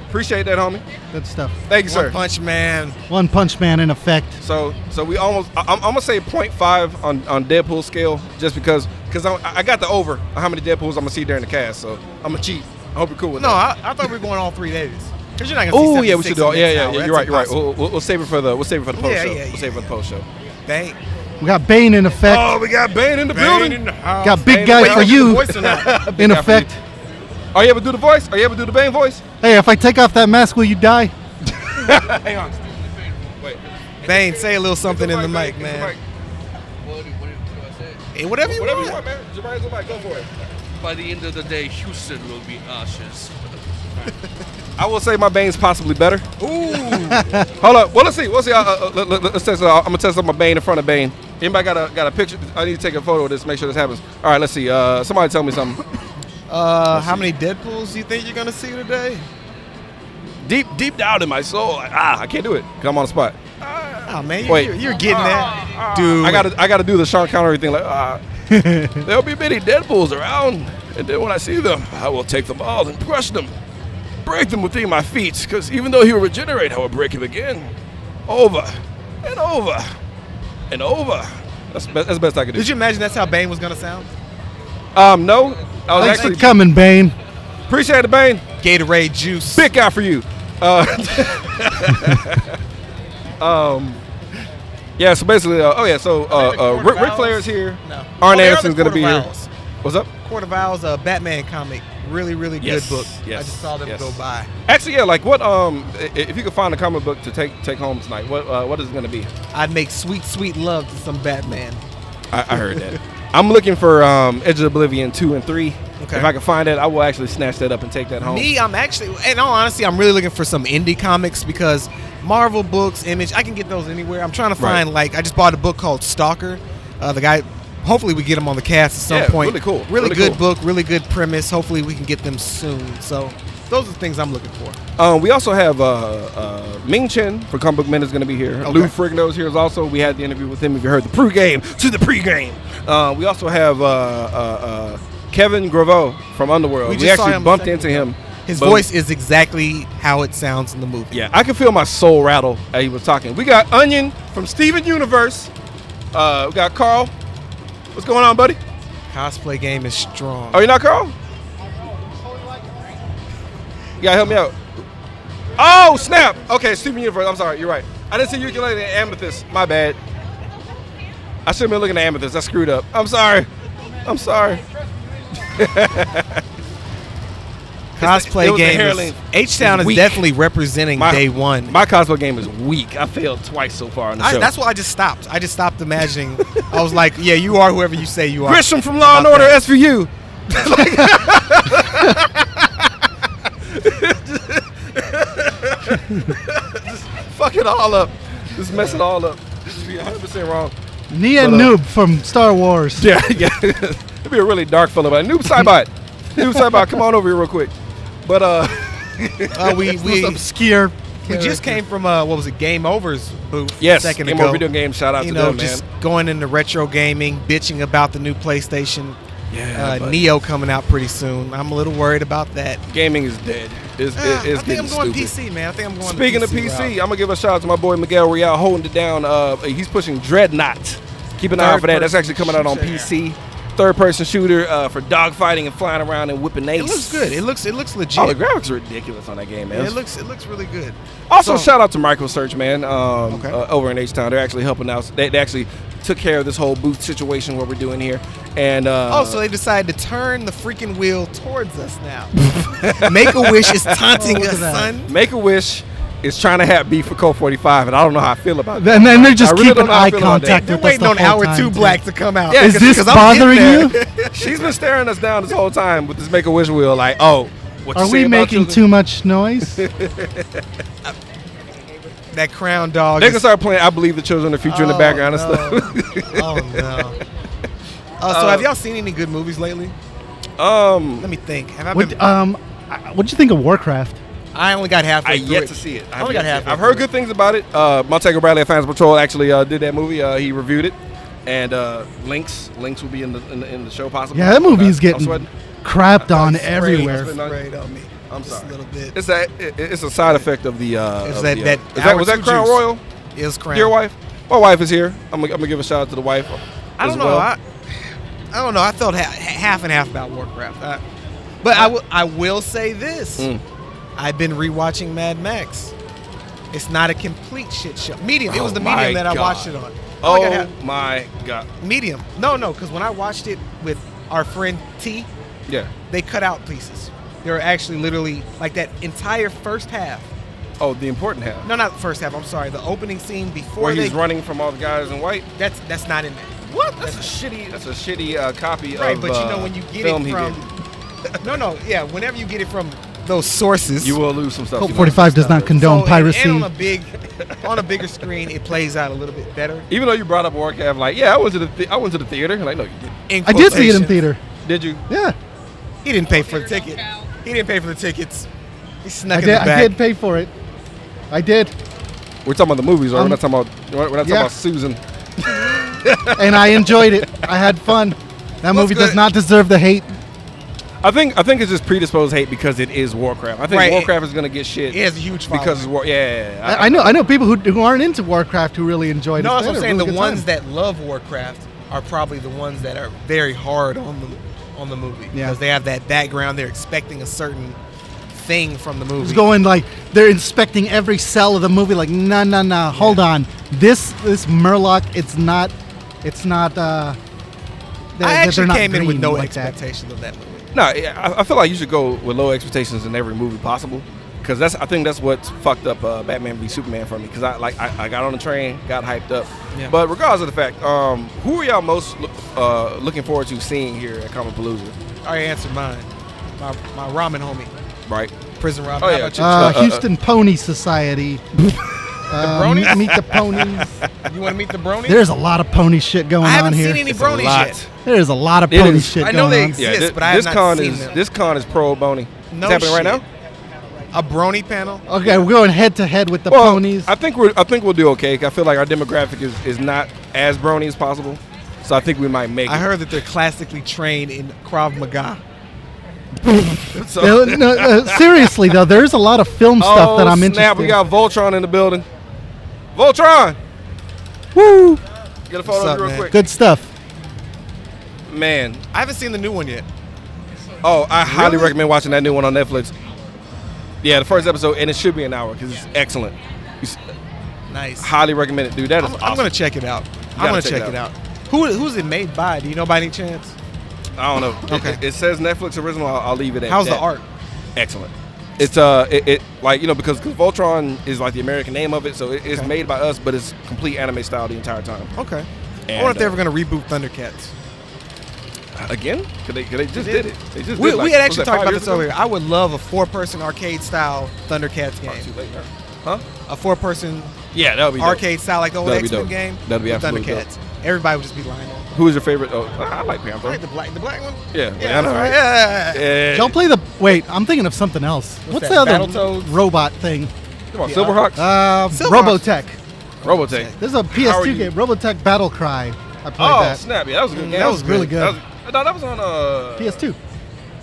B: Appreciate that, homie.
D: Good stuff.
B: Thank you,
C: One
B: sir.
C: Punch Man.
D: One Punch Man in effect.
B: So so we almost. I, I'm, I'm gonna say 0.5 on on Deadpool scale, just because because I, I got the over on how many Deadpool's I'm gonna see during the cast. So I'm gonna cheat. I hope you're cool with
C: No,
B: that.
C: I, I thought we were going all three days. Because you're not going to see
B: Oh yeah, we should do. all- Yeah, yeah, yeah. You're right. You're right.
C: Oh,
B: We'll, we'll, we'll save it for the we'll save it for the post
C: Yeah,
B: show.
C: yeah,
B: we'll save it for the post show.
C: Thank.
D: We got Bane in effect.
B: Oh, we got Bane in the building.
D: got big
B: Bane
D: guy
B: in the
D: for you.
B: voice or [laughs] not?
D: in
B: Big guy for
D: effect.
B: you. Are you able to do the voice? Are you able to do the Bane voice?
D: Hey, if I take off that mask, will you die?
B: [laughs] Hang on. Wait.
C: Bane, say a little something in the mic,
B: It's
C: man.
B: mic.
C: Hey, whatever you
B: Whatever you want,
C: want.
B: man. Jabari's the mic. Go for it.
G: By the end of the day, Houston will be ashes.
B: [laughs] I will say my Bane's possibly better.
C: Ooh,
B: [laughs] Hold up. Well, let's see. We'll see. Uh, uh, let, let, let's test. Uh, I'm gonna test out my Bane in front of Bane. Anybody got a got a picture? I need to take a photo of this. Make sure this happens. All right. Let's see. Uh, somebody tell me something.
C: uh, how many Deadpools do you think you're gonna see today?
B: Deep deep down in my soul, like, ah, I can't do it. Cause I'm on the spot.
C: Oh man, you,
B: Wait.
C: You're, you're getting that, dude.
B: I gotta I gotta do the Sean Connery thing. Like, ah, there'll be many Deadpools around, and then when I see them, I will take them all and crush them, break them within my feet. Cause even though he will regenerate, I will break him again, over and over and over. That's be- that's the best I can do.
C: Did you imagine that's how Bane was gonna sound?
B: Um, no, I was
D: Thanks
B: actually
D: for coming, Bane.
B: appreciate it, Bane.
C: Gatorade juice.
B: Big guy for you. Uh, [laughs] um, yeah. So basically, uh, oh yeah. So uh, uh, Rick, Rick Flair is here.
C: No. Oh,
B: Arn
C: they are
B: Anderson's
C: the
B: gonna be
C: Court
B: here.
C: of Owls.
B: What's up?
C: Court of Owls, uh, Batman comic, really, really good
B: Yes,
C: book. I
B: yes,
C: just saw them
B: yes.
C: go by.
B: Actually, yeah. Like, what? Um, i- i- if you could find a comic book to take take home tonight, what uh, what is it going to be?
C: I'd make sweet, sweet love to some Batman.
B: I, I heard
C: [laughs]
B: that. I'm looking for um, Edge of Oblivion two and three.
C: Okay.
B: If I can find that, I will actually snatch that up and take that home.
C: Me, I'm actually, in all honesty, I'm really looking for some indie comics because Marvel books, Image, I can get those anywhere. I'm trying to
B: Right.
C: find like I just bought a book called Stalker. Uh, the guy, hopefully we get him on the cast at some
B: Yeah,
C: point.
B: really cool,
C: really,
B: really
C: good
B: cool.
C: book, really good premise. Hopefully we can get them soon. So those are the things I'm looking for.
B: Um, we also have uh, uh, Ming Chen for Comic Book Men is going to be here. Lou Frigno is here as also. We had the interview with him. If you heard the pregame to the pregame, uh, we also have uh, uh, uh, Kevin Graveau from Underworld.
C: We
B: We,
C: just saw
B: actually
C: him a
B: bumped
C: second
B: into
C: ago.
B: him.
C: His
B: But-
C: voice is exactly how it sounds in the movie.
B: Yeah, I can feel my soul rattle as he was talking. We got Onion from Steven Universe. Uh, we got Carl. What's going on, buddy?
C: Cosplay game is strong.
B: Oh, you not Carl? You gotta help me out. Oh, snap! Okay, Steven Universe. I'm sorry, you're right. I didn't see you looking at Amethyst. My bad. I should have been looking at Amethyst. I screwed up. I'm sorry. I'm sorry.
C: Cosplay
B: It was the
C: game.
B: hair
C: is-
B: length.
C: H Town is
B: Weak.
C: definitely representing
B: My-
C: day one.
B: My cosplay game is weak. I failed twice so far on the
C: I,
B: show.
C: that's why I just stopped. I just stopped imagining. I was like, yeah, you are whoever you say you are.
B: Grisham from Law and
C: About
B: Order
C: that.
B: SVU. [laughs] Just fuck it all up. Just mess it all up. Just be 100% wrong.
D: Nia
B: But, uh,
D: Noob from Star Wars.
B: Yeah, [laughs] yeah. It'd be a really dark fella, but Noob Saibot. Noob Saibot, come on over here real quick. But uh
C: Uh, we we,
D: Most obscure.
C: we just came from uh, what was it? Game Over's booth. a
B: yes,
C: second
B: Game
C: ago.
B: Over Video Game, shout out
C: you
B: to
C: know,
B: them,
C: just
B: man.
C: going into retro gaming, bitching about the new PlayStation.
B: Yeah,
C: uh,
B: but-
C: Neo coming out pretty soon. I'm a little worried about that.
B: Gaming is dead. It's,
C: Uh,
B: it- it's
C: I think I'm
B: getting
C: going
B: stupid.
C: PC, man. I think I'm going.
B: Speaking
C: the
B: of PC,
C: route.
B: I'm gonna give a shout out to my boy Miguel Real holding it down. Uh, he's pushing Dreadnought. Keep an eye out for that. That's
C: Third-person
B: actually coming out on
C: shooter.
B: PC. Third person shooter uh, for dogfighting and flying around and whipping ace.
C: it looks good. It looks it looks legit.
B: Oh, the graphics are ridiculous on that game, man.
C: it looks it looks really good.
B: also,
C: so-
B: shout out to Microsearch, man, um,
C: Okay.
B: uh, over in H Town. They're actually helping out. They, they actually took care of this whole booth situation what we're doing here. And uh,
C: Oh, so they decided to turn the freaking wheel towards us
B: [laughs]
C: now. Make a wish is taunting
D: Oh, look
C: us,
D: at that.
C: son.
B: Make a Wish is trying to have beef for Code 45, and I don't know how I feel about that.
D: And then they're
B: I
D: just
B: really don't
D: keeping
B: know how I
D: eye
B: feel about that.
D: contact
C: They're
D: with us
C: waiting
D: the
C: on
D: whole
C: Hour
D: time,
C: Two
D: too.
C: Black to come out.
B: Yeah,
D: Is
B: 'cause-
D: this
B: 'cause I'm getting
D: bothering
B: [laughs] there.
D: you?
B: She's been staring us down this whole time with this Make a Wish wheel. Like, oh, what you
D: Are
B: say
D: we
B: about
D: making
B: children-
D: too
B: [laughs]
D: much noise?
C: That crown dog.
B: They
C: is-
B: can start playing. I believe the children, the future in the
C: Oh,
B: background
C: no. [laughs]
B: and
C: oh
B: [laughs]
C: no. Uh, so,
B: Uh,
C: have y'all seen any good movies lately?
B: stuff. um,
C: Let me think. Have I been?
D: What, um, I- what'd you think of Warcraft?
C: I only got halfway
B: I
C: through
B: yet
C: it.
B: to see it.
C: I only got
B: yet to see it.
C: halfway.
B: I've heard
C: through
B: good things about it. Uh, Montego Bradley at Fans Patrol actually uh, did that movie. Uh, he reviewed it, and uh, links links will be in the in the, in the show possibly.
D: Yeah, that movie's
B: I'm
D: getting
B: sweating.
D: crapped on
B: Spray-
D: everywhere.
B: spray-
C: it. Sprayed on me.
B: I'm
C: Just
B: sorry.
C: A little bit.
B: It's a it- it's a side effect of the. Uh,
C: It's
B: of
C: that-
B: the, uh,
C: that
B: is that was
C: hour
B: that
C: two
B: Crown
C: juice.
B: Royal?
C: Is crown.
B: Your wife? My wife is here. I'm gonna, I'm gonna give a shout out to the wife.
C: I
B: as
C: don't know.
B: well.
C: I, I don't know. I felt ha- half and half about Warcraft. I, but I will. I will say this.
B: Mm.
C: I've been rewatching Mad Max. It's not a complete shit show. Medium. it
B: Oh
C: was the
B: my
C: medium that I watched it
B: God.
C: on. I got
B: Oh
C: half.
B: my god.
C: Medium. No, no, because when I watched it with our friend T,
B: Yeah.
C: they cut out pieces. They were actually literally like that entire first half.
B: Oh, the important half.
C: No, not first half. I'm sorry. The opening scene before
B: Where he's
C: they.
B: running from all the guys in white.
C: That's that's not in there.
B: What? That's a shitty. That's a shitty uh, copy
C: Right,
B: of.
C: but you know
B: uh,
C: when you get
B: film
C: it
B: he
C: from.
B: did.
C: [laughs] no, no, yeah. Whenever you get it from those sources,
B: You will lose some stuff.
D: Code
B: you
D: 45
B: might-
D: does not
C: So,
D: condone
C: and-
D: piracy.
C: And on a big, on a bigger screen, it plays out a little bit better.
B: Even though you brought up Warcraft, like, yeah, I went to the th- I went to the theater. Like, no, you didn't.
C: In
D: I did see it in
C: quotations.
D: theater.
B: Did you?
D: Yeah,
C: He didn't pay for the ticket. He didn't pay for the tickets. He snuck
D: I
C: in
D: did.
C: the back.
D: I did pay for it. I did,
B: We're talking about the movies, right?
D: Um,
B: we're not talking about. We're not talking
D: yeah.
B: about Susan.
D: and I enjoyed it. I had fun. That movie does
C: good?
D: not deserve the hate.
B: I think I think it's just predisposed hate because it is Warcraft. I think
C: Right,
B: Warcraft is gonna get shit.
C: It has a huge following.
B: because it's War. Yeah, yeah, yeah.
D: I, I know. I know people who, who aren't into Warcraft who really enjoyed
C: no,
D: it.
C: that's what I'm
D: They
C: saying.
D: had
C: the
D: a really good
C: ones
D: time.
C: that love Warcraft are probably the ones that are very hard on the on the movie
D: Yeah.
C: because they have that background. They're expecting a certain thing from the movie.
D: It's going like they're inspecting every cell of the movie. Like, no, no, no. Hold on. This this Murloc, it's not, it's not. uh they-
C: I
D: they're
C: actually
D: not
C: came in with
D: green
C: no
D: like that.
C: expectation of that movie.
B: No, I, I feel like you should go with low expectations in every movie possible. Cause that's I think that's what's fucked up uh, Batman v Superman for me. Cause I like I, I got on the train, got hyped up.
C: Yeah.
B: But regardless of the fact, um, who are y'all most look, uh, looking forward to seeing here at Comic Palooza?
C: I already answered mine. My, my ramen homie,
B: Right.
C: prison ramen.
B: Oh,
C: How
B: yeah.
C: about you?
D: Uh,
B: Uh, uh,
D: Houston Pony Society.
C: [laughs]
D: uh,
C: bronies?
D: meet the ponies.
C: [laughs] You want to meet the bronies?
D: There's a lot of pony shit going
C: I haven't
D: on here.
C: seen any
B: It's a
C: bronies
B: lot.
C: yet.
D: There's a lot of
B: It
D: pony
B: is.
D: shit
C: I
D: going
C: know they
D: on.
C: exist. Yes,
B: thi-
C: but I have
B: this
C: not
B: con
C: seen
B: is
C: them.
B: this con is pro bony.
C: No
B: it's happening right
C: shit.
B: now.
C: A brony panel?
D: Okay, we're going head to head with the
B: Well,
D: ponies.
B: I think we're I think we'll do okay. 'cause I feel like our demographic is, is not as brony as possible, so I think we might make
C: I
B: it.
C: heard that they're classically trained in Krav Maga.
B: So-
D: No, no, uh, seriously though, there's a lot of film stuff that I'm
B: Oh, snap,
D: interested.
B: we got Voltron in the building. Voltron! Woo! Get a
C: What's
B: photo
C: up,
B: of you real
C: man?
B: quick.
D: Good stuff.
B: Man.
C: I haven't seen the new one yet.
B: Oh, I highly recommend watching that new one on Netflix. Yeah, the first episode, and it should be an hour because it's excellent. You s-
C: Nice.
B: Highly recommend it, dude. That is
C: I'm, I'm
B: awesome.
C: gonna check it out. I'm
B: gotta
C: gonna
B: check
C: check,
B: it
C: it out. Who who's it made by? Do you know by any chance?
B: I don't know. It-
C: Okay.
B: It, it says Netflix original. I'll, I'll leave it at
C: How's the
B: that.
C: art?
B: Excellent. It's uh, it, it like you know because 'cause Voltron is like the American name of it, so it, it's
C: Okay.
B: made by us, but it's complete anime style the entire time.
C: Okay. I
B: And,
C: wonder if they're
B: uh,
C: ever gonna reboot Thundercats.
B: [laughs] Again, because they, 'cause they just
C: did.
B: did. it. They just
C: We,
B: did, like,
C: we had
B: was that
C: actually talked
B: five
C: about
B: years
C: this
B: ago?
C: earlier. I would love a four-person arcade-style Thundercats
B: Not too
C: game.
B: late, huh?
C: A four-person
B: Yeah, that would be
C: arcade style like the old
B: That'd be
C: X-Men
B: dope.
C: game.
B: That'd be
C: with
B: absolutely dope.
C: Thundercats. Everybody would just be lying. on.
B: Who is your favorite? Oh, I I like Panther.
C: Right, the black, the black one.
B: yeah,
C: Yeah,
B: I know,
C: that's
B: right?
C: right. Yeah.
B: Yeah.
D: Y'all play the wait. I'm thinking of something else. What's,
C: What's
D: the
C: that,
D: other
C: Battletoads?
D: robot thing?
B: Come on,
C: Yeah.
B: Silverhawks,
D: Uh,
C: Silverhawks.
D: Robotech.
B: Robotech.
D: There's a
B: are
D: PS2
B: you-
D: game, Robotech Battle Cry. I played
B: Oh
D: that.
B: snap! Yeah, that was a good game.
D: that was really
B: That
D: good.
B: was, no, that was on uh
D: PS2.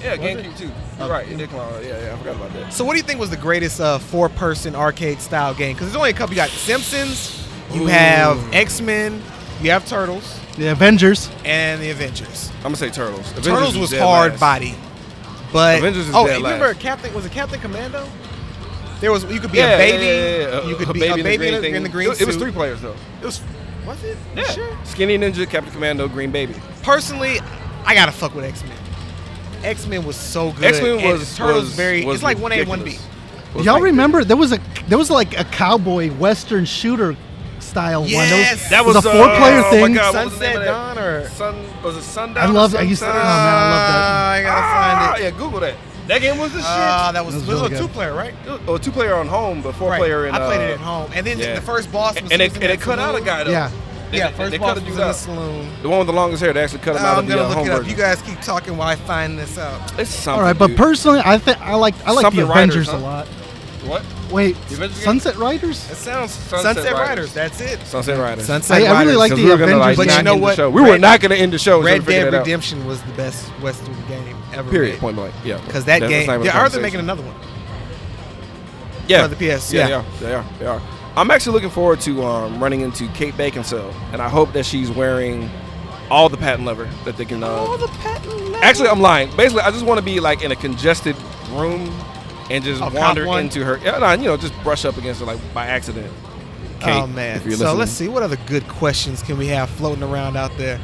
B: Yeah,
D: Was it?
B: GameCube too.
C: Oh.
B: You're right. It did come out. Yeah, yeah. I forgot about that.
C: So what do you think was the greatest uh, four-person arcade-style game? Because there's only a couple. You got Simpsons, you have X-Men, you have Turtles,
D: The Avengers.
C: and the Avengers.
B: I'm gonna say Turtles. Avengers
C: Turtles
B: is
C: was
B: dead
C: hard
B: last.
C: body, but
B: Avengers is
C: oh,
B: dead
C: you remember
B: last.
C: Captain? Was it Captain Commando? There was you could be
B: Yeah,
C: a baby,
B: yeah, yeah, yeah.
C: you could
B: a
C: be
B: baby
C: a baby
B: in
C: in,
B: the green,
C: a, in the green
B: thing. It, it was
C: suit.
B: three players though.
C: It was was it? You
B: Yeah.
C: Sure.
B: Skinny Ninja, Captain Commando, Green Baby.
C: Personally, I gotta fuck with X Men. X Men was so good.
B: X-Men
C: and
B: was
C: Turtles
B: was,
C: very.
B: was
C: it's like one A, one B.
B: ridiculous. Was
D: Y'all
B: like-
D: remember there was a there was like a cowboy western shooter style one. There
C: Yes!
B: That
D: it was
B: was,
D: a four player
B: uh, oh my
D: thing.
B: God, what was the name
C: Sunset
B: of that?
C: Dawn or
B: Sun was it Sundown?
D: I
B: or
D: love. I used to. Oh man,
B: Sunset?
D: I love
C: Uh, I gotta find it.
B: Yeah, Google that. That game was the
C: Ah,
B: shit.
C: that was,
D: That was
C: it was
D: really
C: a
D: good.
C: two player, right?
B: That, two player on home, but four
C: right.
B: player in.
C: I played it
B: uh,
C: at home, and then
B: yeah.
C: the first boss was
B: And they,
C: losing
B: and they
C: that
B: cut out a
C: saloon.
B: guy though.
D: Yeah.
B: They,
C: yeah,
B: they-
C: first
B: they
C: boss
B: cut a
C: was
B: dude
C: in the
B: out.
C: saloon.
B: The one with the longest hair, they actually cut him out
C: I'm
B: of the
C: gonna
B: uh,
C: look
B: home
C: it up.
B: version.
C: You guys keep talking while I find this out.
B: it's
D: that.
B: something.
D: All right, but
B: dude.
D: personally, I think I like I like the
B: Something Riders,
D: Avengers
B: huh?
D: a lot.
B: what?
D: Wait,
B: The Avengers game?
D: Sunset Riders?
C: It sounds
B: Sunset
C: Sunset,
B: Riders.
C: Riders. That's it.
B: Sunset Riders.
D: I, I really like
B: Because
D: the
B: we were gonna,
D: Avengers.
B: like,
C: But
B: not
C: you know
B: end the
C: what?
B: show. We were
C: Red-
B: not going to end the show. until we
C: Red
B: figured
C: Dead
B: that out.
C: Redemption was the best Western game ever.
B: Period. Point blank. Yeah.
C: Because that
B: That's- that's
C: game,
B: not even a
C: yeah, I heard they're
B: conversation.
C: making another one.
B: yeah.
C: for the PS,
B: Yeah,
C: yeah.
B: they are. They are. They are. I'm actually looking forward to um, running into Kate Beckinsale, and I hope that she's wearing all the patent leather that they can. Uh, Actually, I'm lying. Basically, I just want to be like in a congested room and just
C: Oh, cop
B: wander
C: one?
B: into her. Yeah, nah, you know, just brush up against her like by accident. Kate,
C: oh man.
B: if you're
C: So
B: listening.
C: let's see what other good questions can we have floating around out there.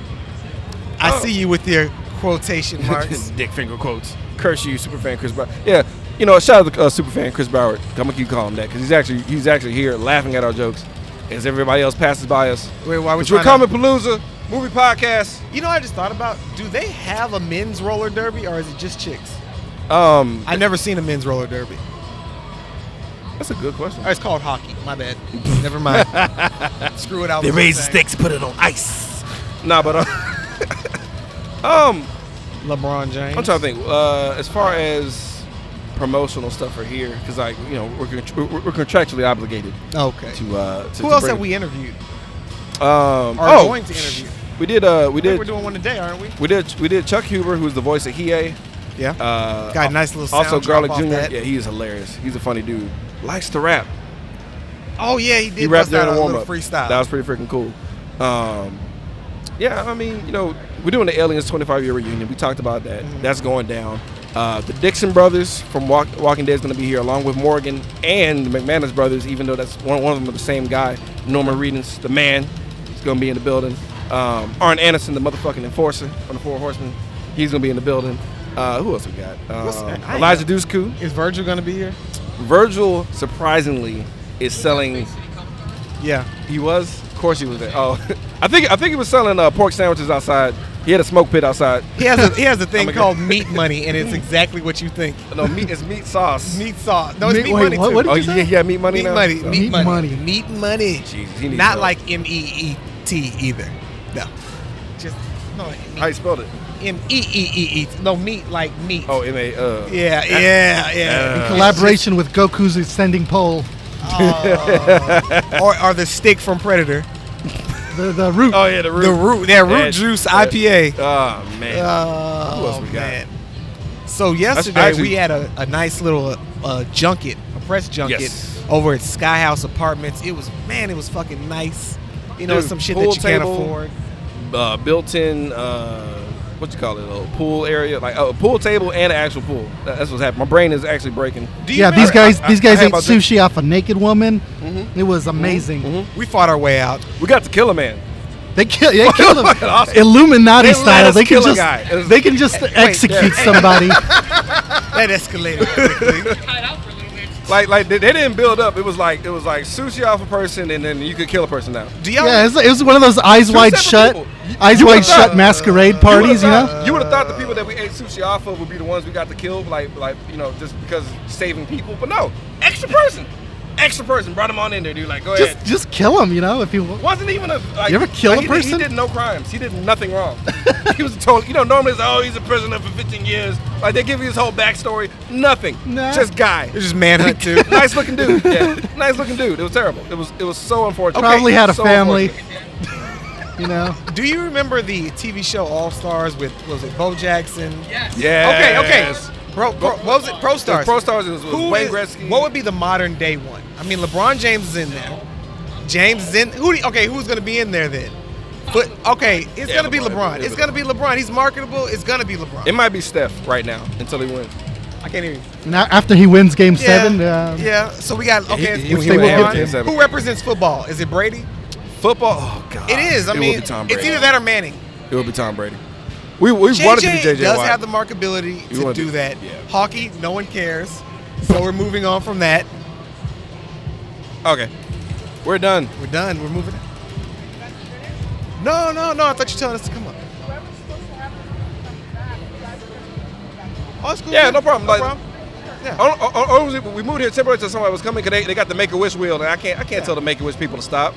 C: I
B: Oh.
C: see you with your
B: [laughs]
C: quotation marks.
B: Dick finger quotes. Curse you, superfan Chris Bauer. Yeah, you know, shout out to uh, superfan Chris Bauer. I'm gonna keep calling him that because he's actually he's actually here laughing at our jokes as everybody else passes by us.
C: Wait, why we
B: It's your
C: trying to-
B: comic palooza movie podcast.
C: you know, what I just thought about. Do they have a men's roller derby or is it just chicks?
B: Um,
C: I've never seen a men's roller derby.
B: that's a good question.
C: Or it's called hockey. My bad.
B: [laughs]
C: Never mind. Screw it out. They raise sticks.
B: Nah, but uh, um,
C: LeBron James.
B: I'm
C: [laughs]
B: trying to think. Uh, as far as promotional stuff for here, because like you know we're, contr- we're we're contractually obligated
C: Okay.
B: to. Uh, to
C: Who
B: to
C: else
B: bring-
C: have we interviewed?
B: Um,
C: Are
B: oh,
C: going to interview.
B: we did. Uh, we
C: I think
B: did.
C: We're doing one today, aren't we?
B: We did. We did. Chuck Huber, who's the voice of Hiei.
C: Yeah.
B: Uh,
C: Got a nice little sound
B: also
C: drop
B: Garlic
C: off
B: Jr.
C: that.
B: Yeah, he is hilarious. He's a funny dude. Likes to rap.
C: oh yeah, he did.
B: he rapped
C: bust
B: during
C: out
B: the
C: a
B: warm
C: little
B: up.
C: Freestyle.
B: That was pretty freaking cool. Um, yeah, I mean, you know, we're doing the Aliens 25 year reunion. We talked about that.
C: Mm-hmm.
B: That's going down. Uh, the Dixon brothers from Walk, Walking Dead is going to be here, along with Morgan and the McManus brothers. Even though that's one, one of them are the same guy, Norman Reedus, the man, is going to be in the building. Um, Arn Anderson, the motherfucking enforcer from the Four Horsemen, he's going to be in the building. Uh, who else we got?
C: What's-
B: Um,
C: I- I-
B: Elijah Dusku.
C: Is Virgil gonna be here?
B: Virgil, surprisingly, is selling.
C: Yeah.
B: He was. Of course, he was there. Oh, [laughs] I think I think he was selling uh, pork sandwiches outside. He had a smoke pit outside.
C: He has a
B: [laughs]
C: he has a thing
B: my God.
C: called meat money, and it's exactly what you think.
B: No meat. It's meat sauce.
C: [laughs] Meat sauce. No, it's meat,
D: Meat- wait,
C: money
D: what-
C: too.
D: what did
B: oh,
D: you
B: yeah,
D: say?
B: yeah, meat money.
C: meat
B: now? Oh.
C: money.
B: So-
C: Meat,
D: Meat
C: money.
D: money.
C: Meat money.
B: Jeez, he needs
C: Not
B: help.
C: like M E E T either. No. Just no.
B: How you spelled it?
C: M E E E E. No meat like meat.
B: Oh, M A. Uh,
C: Yeah, yeah, yeah.
B: Uh.
D: Collaboration with Goku's ascending pole.
C: Oh.
B: [laughs]
C: or, or the stick from Predator.
D: The the root.
B: Oh yeah, the root.
C: The root, that root
B: That-
C: juice
B: that-
C: IPA.
B: Oh man.
D: Uh.
C: Oh,
B: Who else we got?
C: man. So yesterday
B: actually-
C: we had a, a nice little uh, uh, junket, a press junket
B: Yes.
C: over at Sky House Apartments. It was man, it was fucking nice. You know,
B: Dude,
C: some shit that you
B: pool
C: can't
B: table.
C: afford.
B: Uh, built-in. Uh, what you call it? A pool area, like oh, a pool table and an actual pool. That- That's what's happening. My brain is actually breaking.
C: Do you
D: yeah, these
C: remember-
D: guys
B: I-
D: these
B: I-
D: guys
B: I had
D: ate
B: about this.
D: sushi off a naked woman.
B: Mm-hmm.
D: It was amazing.
C: We fought our way out.
B: We got to kill a man.
D: They
B: [laughs]
D: kill they killed them
B: Fucking awesome.
D: Illuminati
B: They let
D: style.
B: us
D: They can
B: kill a
D: just
B: guy. It was-
D: they can
B: [laughs]
D: just execute somebody.
C: That escalated quickly.
H: tied out for a little bit.
B: Like like they, they didn't build up. It was like it was like sushi off a person, and then you could kill a person now.
C: Do y'all?
D: [laughs] yeah, it was, it was one of those eyes wide
B: separate
D: shut,
B: people.
D: eyes
B: You
D: wide
B: would've
D: shut
B: thought-
D: masquerade parties. You
B: would've
D: know,
B: thought- you would have thought the people that we ate sushi off of would be the ones we got to kill, like like you know just because saving people. But no, extra person, extra person brought him on in there, dude. Like go
D: just
B: ahead.
D: just kill them. You know, if you
B: Wasn't even a. Like,
D: You ever kill
B: like,
D: a
B: he did-
D: person?
B: He did no crimes. He did nothing
D: [laughs]
B: wrong. he was totally. You know, normally it's oh he's a prisoner for 15 years. Like they give you his whole backstory. Nothing.
D: Nah.
B: Just
D: [laughs]
B: guy.
C: It's just manhunt too.
B: nice looking dude. Yeah, nice looking dude. It was terrible. It was it was so unfortunate.
D: probably had a
B: So
D: family.
B: unfortunate.
D: [laughs] you know,
C: Do you remember the TV show All Stars with what was it Bo Jackson?
H: Yes.
B: Yeah.
C: Okay, okay. Pro, pro, what was it? Pro Stars.
B: Pro Stars was, was
C: Who
B: Wayne
C: is-
B: Gretzky.
C: What would be the modern day one? I mean, LeBron James is in there. James is in. Who? do you- okay, who's gonna be in there then? But okay, it's
B: Yeah,
C: gonna be
B: LeBron.
C: LeBron.
B: It
C: It's
B: is
C: gonna be LeBron. He's marketable. It's gonna be LeBron.
B: It might be Steph right now until he wins.
C: I can't even.
D: and a- after he wins Game
C: Yeah,
D: Seven, um,
C: yeah. So we got okay.
B: he-
C: it's
D: he would
C: LeBron.
D: have
B: Game Seven.
C: Who represents football? Is it Brady?
B: Football. Oh God.
C: It is. I
B: it
C: mean,
B: will be Tom Brady.
C: it's either that or Manning.
B: It will be Tom Brady. We we wanted it to be JJ
C: does
B: Watt.
C: have the marketability
B: You
C: to
B: wanted
C: do
B: to-
C: that.
B: yeah.
C: Hockey, no one cares. So we're moving on from that.
B: okay. We're done.
C: We're done. We're moving. No, no, no. I thought you were telling us to come up. Oh, it's cool.
B: Yeah, no problem. Like,
C: Yeah.
B: on- on- on- on- we moved here temporarily until somebody was coming because they, they got the Make a Wish wheel and I can't I can't tell the Make a Wish people to stop.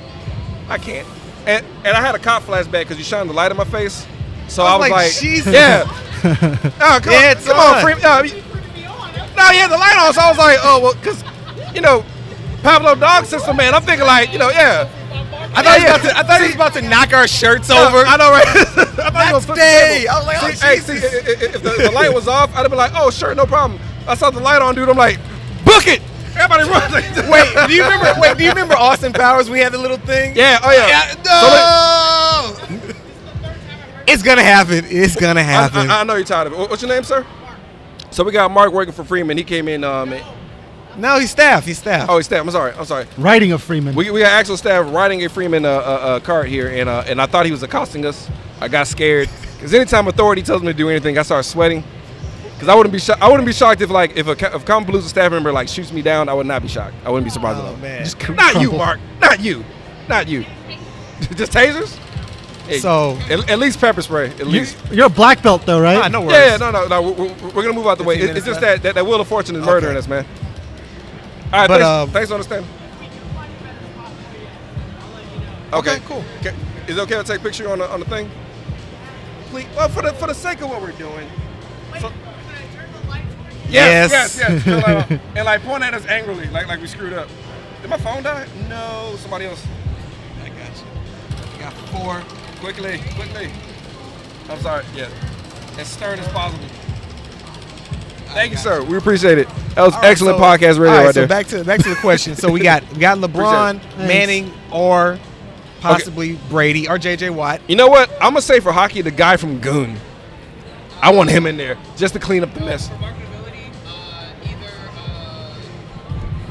B: I can't. And and I had a cop flashback because you shined the light in my face. So
C: I
B: I
C: was
B: was,
C: like,
B: like,
C: Jesus. [laughs]
B: yeah. oh, come
C: Yeah,
B: on,
C: it's
B: come
C: on.
B: on, free, uh, you- No, he had the light on, so I was like, oh well, because you know, Pablo Dog System Man. I'm thinking like, you know, yeah.
C: I thought, he was
B: yeah.
C: about to, I thought
B: [laughs]
C: he was about to knock our shirts
B: Yeah,
C: over.
B: I know, right? I thought he was
C: That's
B: flipping
C: day.
B: tables.
C: I was like, oh,
B: see, hey, see,
C: [laughs] Jesus.
B: i- i- if the, the light was off, I'd have been like, oh, sure, no problem. I saw the light on, dude. I'm like, book it. Everybody run. [laughs]
C: Wait, do you remember? Wait, do you remember Austin Powers? We had the little thing.
B: Yeah, oh, yeah.
C: Yeah, no. it's gonna happen. It's gonna
B: I,
C: happen.
B: I, I know you're tired of it. Wha- What's your name, sir? So we got Mark working for Freeman. He came in. Um, and-
C: No, he's staff. He's staff.
B: Oh, he's staff. I'm sorry. I'm sorry.
D: Writing of Freeman.
B: We, we got actual staff riding a Freeman uh, uh, uh, cart here, and uh, and I thought he was accosting us. I got scared because anytime authority tells me to do anything, I start sweating. Because I wouldn't be sho- I wouldn't be shocked if like if a co- if Common Blues staff member like shoots me down, I would not be shocked. I wouldn't be surprised at
C: Oh,
B: all.
C: man. [laughs]
B: Just cr- not you,
D: crumple.
B: Mark. Not you. Not you. [laughs] Just tasers. Hey,
C: So-
B: at, at least pepper spray. At
D: you,
B: least.
D: you're a black belt though, right?
C: Ah, no worries.
B: Yeah, yeah, no, no, no. We're, we're, we're gonna move out the way.
C: 15
B: It- it's
C: minutes
B: just that,
C: left.
B: that that wheel of fortune is murdering
C: Okay.
B: us, man. All right,
C: But,
B: thanks,
C: um,
B: thanks for understanding. Okay,
C: Okay, cool.
B: Ca- Is it okay to take a picture on the on the thing? Please, well, for the for the sake of what we're doing. so- yes, yes,
C: Yes.
B: [laughs] yes. Turn the light on. and like point at us angrily, like like we screwed up. Did my phone die? No, somebody else.
C: I got you. I got four.
B: Quickly, quickly. I'm sorry. Yeah, as stern as possible. Thank you, sir. We appreciate it. That was
C: All right,
B: excellent
C: so-
B: podcast radio
C: all right,
B: right
C: so
B: there.
C: back to back to the question. So
B: [laughs]
C: we got we got LeBron,
B: Appreciate
C: Manning, or possibly Brady or JJ Watt.
B: You know what? I'm gonna say for hockey, the guy from Goon. I want him in there just to clean up the mess.
H: For marketability, uh, either uh,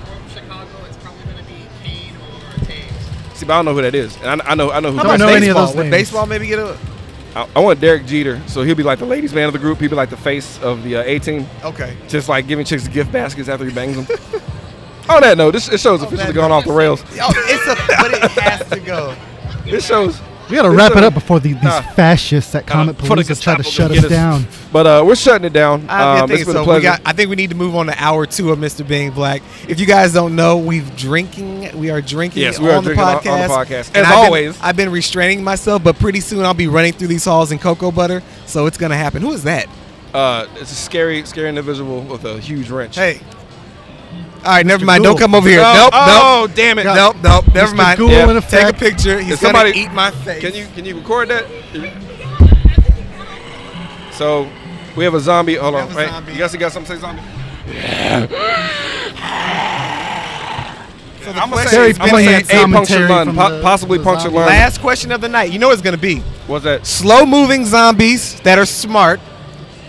H: from Chicago, it's probably going to be Kane or Taves.
B: See, but I don't know who that is, and I, I know I know who.
D: How about know any of
C: baseball?
D: those
C: Would
D: names.
C: baseball maybe get a
B: I, I want Derek Jeter, so he'll be like the ladies' man of the group. He'll be like the face of the uh, A team,
C: okay.
B: just like giving chicks gift baskets after he bangs them. On that note, this, this show's officially
C: that
B: gone off the rails.
C: Oh, it's a but it has to go.
B: This show's.
D: we gotta
B: this
D: wrap it
B: show-
D: up before the, these
B: Nah.
D: fascists at Comet
B: for the
D: Palooza try
B: Gestapo
D: to shut
B: gonna get
D: us
B: us.
D: down.
B: But uh, we're shutting it down.
C: I, mean, I
B: Um,
C: think
B: it's been
C: so.
B: a
C: We
B: pleasure.
C: got, I think we need to move on to hour two of Mr. Being Black. If you guys don't know, we've drinking. We are drinking.
B: Yes, we are
C: on, the
B: drinking on- on the
C: podcast.
B: podcast.
C: And
B: As
C: I've been-
B: always.
C: I've been restraining myself, but pretty soon I'll be running through these halls in cocoa butter. So it's gonna happen. Who is that?
B: uh, it's a scary, scary individual with a huge wrench.
C: Hey. All right, never mind. Don't
D: Ghoul.
C: come over here.
B: No,
C: Nope,
B: oh,
C: nope.
B: damn it.
C: Nope, nope. Never
D: Mr.
C: mind.
D: Ghoul
B: Yeah.
D: in
C: Take a
D: effect.
C: picture. He's
B: Is
C: gonna
B: somebody-
C: eat my face.
B: Can you can you record that? So we have a zombie. Hold on,
C: have a
B: wait.
C: zombie.
B: You guys got something to say, zombie?
C: So the
B: I'm gonna
C: question
B: say,
D: Very
B: I'm
C: has been
B: gonna say
D: poignant
B: a punctured
D: commentary
B: lung,
D: from
B: po-
D: the-
B: possibly
D: the
B: punctured
D: zombie.
B: lung.
C: last question of the night. You know what it's gonna be.
B: What's that?
C: slow moving zombies that are smart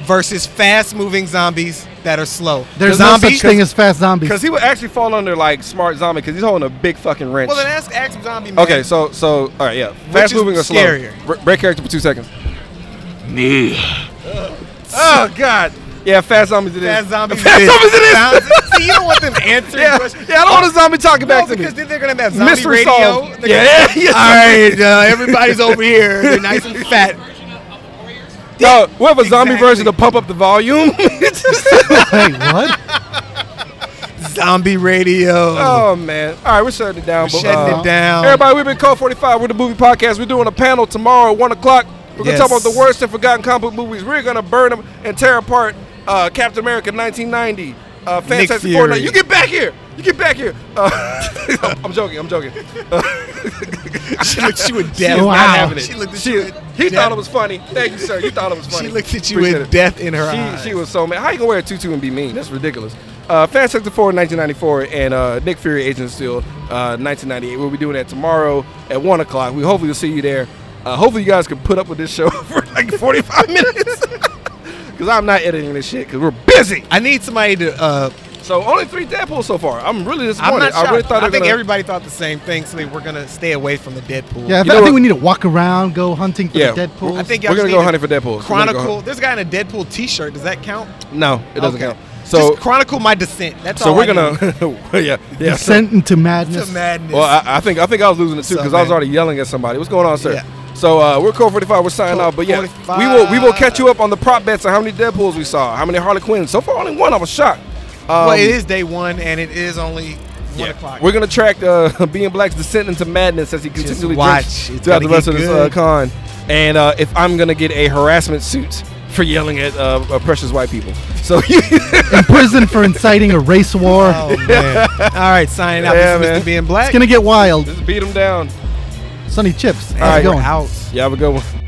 C: versus fast moving zombies that are slow.
D: There's no
C: zombies,
D: such thing as fast zombies.
B: Because he would actually fall under like smart zombie because he's holding a big fucking wrench.
C: Well, then ask, ask zombie man.
B: okay, so so all right, yeah. Fast
C: is
B: moving or slow?
C: scarier?
B: Bre- break character for two seconds. Oh God. Yeah, fast zombies it is.
C: fast [laughs] zombies.
B: Fast
C: is-
B: zombies it is.
C: Sounds- See, you don't want them [laughs] answering
B: Yeah,
C: questions.
B: yeah. I don't want a zombie talking
C: No,
B: back to me.
C: because then they're gonna have zombie
B: Mystery
C: radio.
B: solved.
C: They're
B: Yeah,
C: gonna-
B: yeah.
C: All right, uh, everybody's over here. They're nice and fat.
B: No, we have a zombie
C: Exactly. Oh.
B: version to pump up the volume. [laughs]
D: Wait, what?
C: Zombie radio.
B: Oh man! All right, we're shutting it down. uh,
C: We're shutting it down.
B: Everybody, we've been called 45. We're the movie podcast. We're doing a panel tomorrow at one o'clock. We're gonna
C: Yes.
B: talk about the worst and forgotten comic book movies. We're gonna burn them and tear apart uh, Captain America 1990, uh, Fantastic Four.
C: Fury.
B: Now, You get back here! You get back here! Uh, [laughs] I'm joking. I'm joking. Uh,
C: [laughs] she looked at you with death.
D: was not
C: wow.
D: having
B: it.
C: She looked at
B: she-
C: you. with
B: he
C: death.
B: thought it was funny. Thank you, sir. You thought it was funny.
C: She looked at you
B: Appreciate
C: with
B: it.
C: death in her
B: she,
C: eyes.
B: She was so mad. How you gonna wear a tutu and be mean? That's ridiculous. Uh, Fantastic Four in 1994 and uh, Nick Fury Agent of Steel uh, 1998. We'll be doing that tomorrow at one o'clock. We hopefully will see you there. Uh, hopefully you guys can put up with this show [laughs] for like 45 [laughs] minutes because I'm not editing this shit because we're busy.
C: I need somebody to uh,
B: So only three Deadpool so far. I'm really
C: I'm
B: disappointed.
C: not shocked.
B: I
C: I
B: really thought they were
C: think
B: gonna-
C: everybody thought the same thing, so they were gonna stay away from the Deadpool.
D: Yeah, I,
B: know
D: think
B: what-
D: we need to walk around, go hunting for
B: Yeah.
D: the Deadpool.
C: I think
B: We're gonna
C: y'all just
B: go
C: need to
B: hunting for Deadpool. We're gonna go
C: Chronicle.
B: hunt-
C: There's a guy in a Deadpool T-shirt. Does that count?
B: no, it doesn't
C: Okay.
B: count. So
C: just chronicle my dissent. That's
B: so
C: all.
B: we're
C: I
B: [laughs]
C: need.
B: gonna yeah yeah. so- [laughs]
D: Descent into madness.
C: It's a madness.
B: Well, I, I think I think I was losing it too
C: What's up,
B: because I was
C: man?
B: already yelling at somebody. What's going on, sir?
C: Yeah.
B: So uh, we're Code 45. We're signing
C: Code
B: off, but yeah,
C: 45.
B: we will we will catch you up on the prop bets and how many Deadpool's we saw, how many Harley Quinns. So far, only one. I was shocked. Um,
C: well, it is day one, and it is only one
B: yeah.
C: o'clock.
B: We're gonna track uh, [laughs] Being Black's descent into madness as he continually
C: watch.
B: drinks
C: It's
B: throughout
C: gonna
B: the rest
C: get
B: of this uh,
C: good.
B: con. And uh, if I'm gonna get a harassment suit for yelling at uh, uh, precious white people, so [laughs] you
D: In prison for inciting a race war.
C: oh man! [laughs] all right, signing out.
B: Yeah,
C: this
B: man.
C: is Mr. Being Black.
D: It's gonna get wild.
B: just beat them down.
D: Sunny Chips. How's
B: All right,
D: it
B: we're
D: going?
C: out.
B: Yeah, have a good one.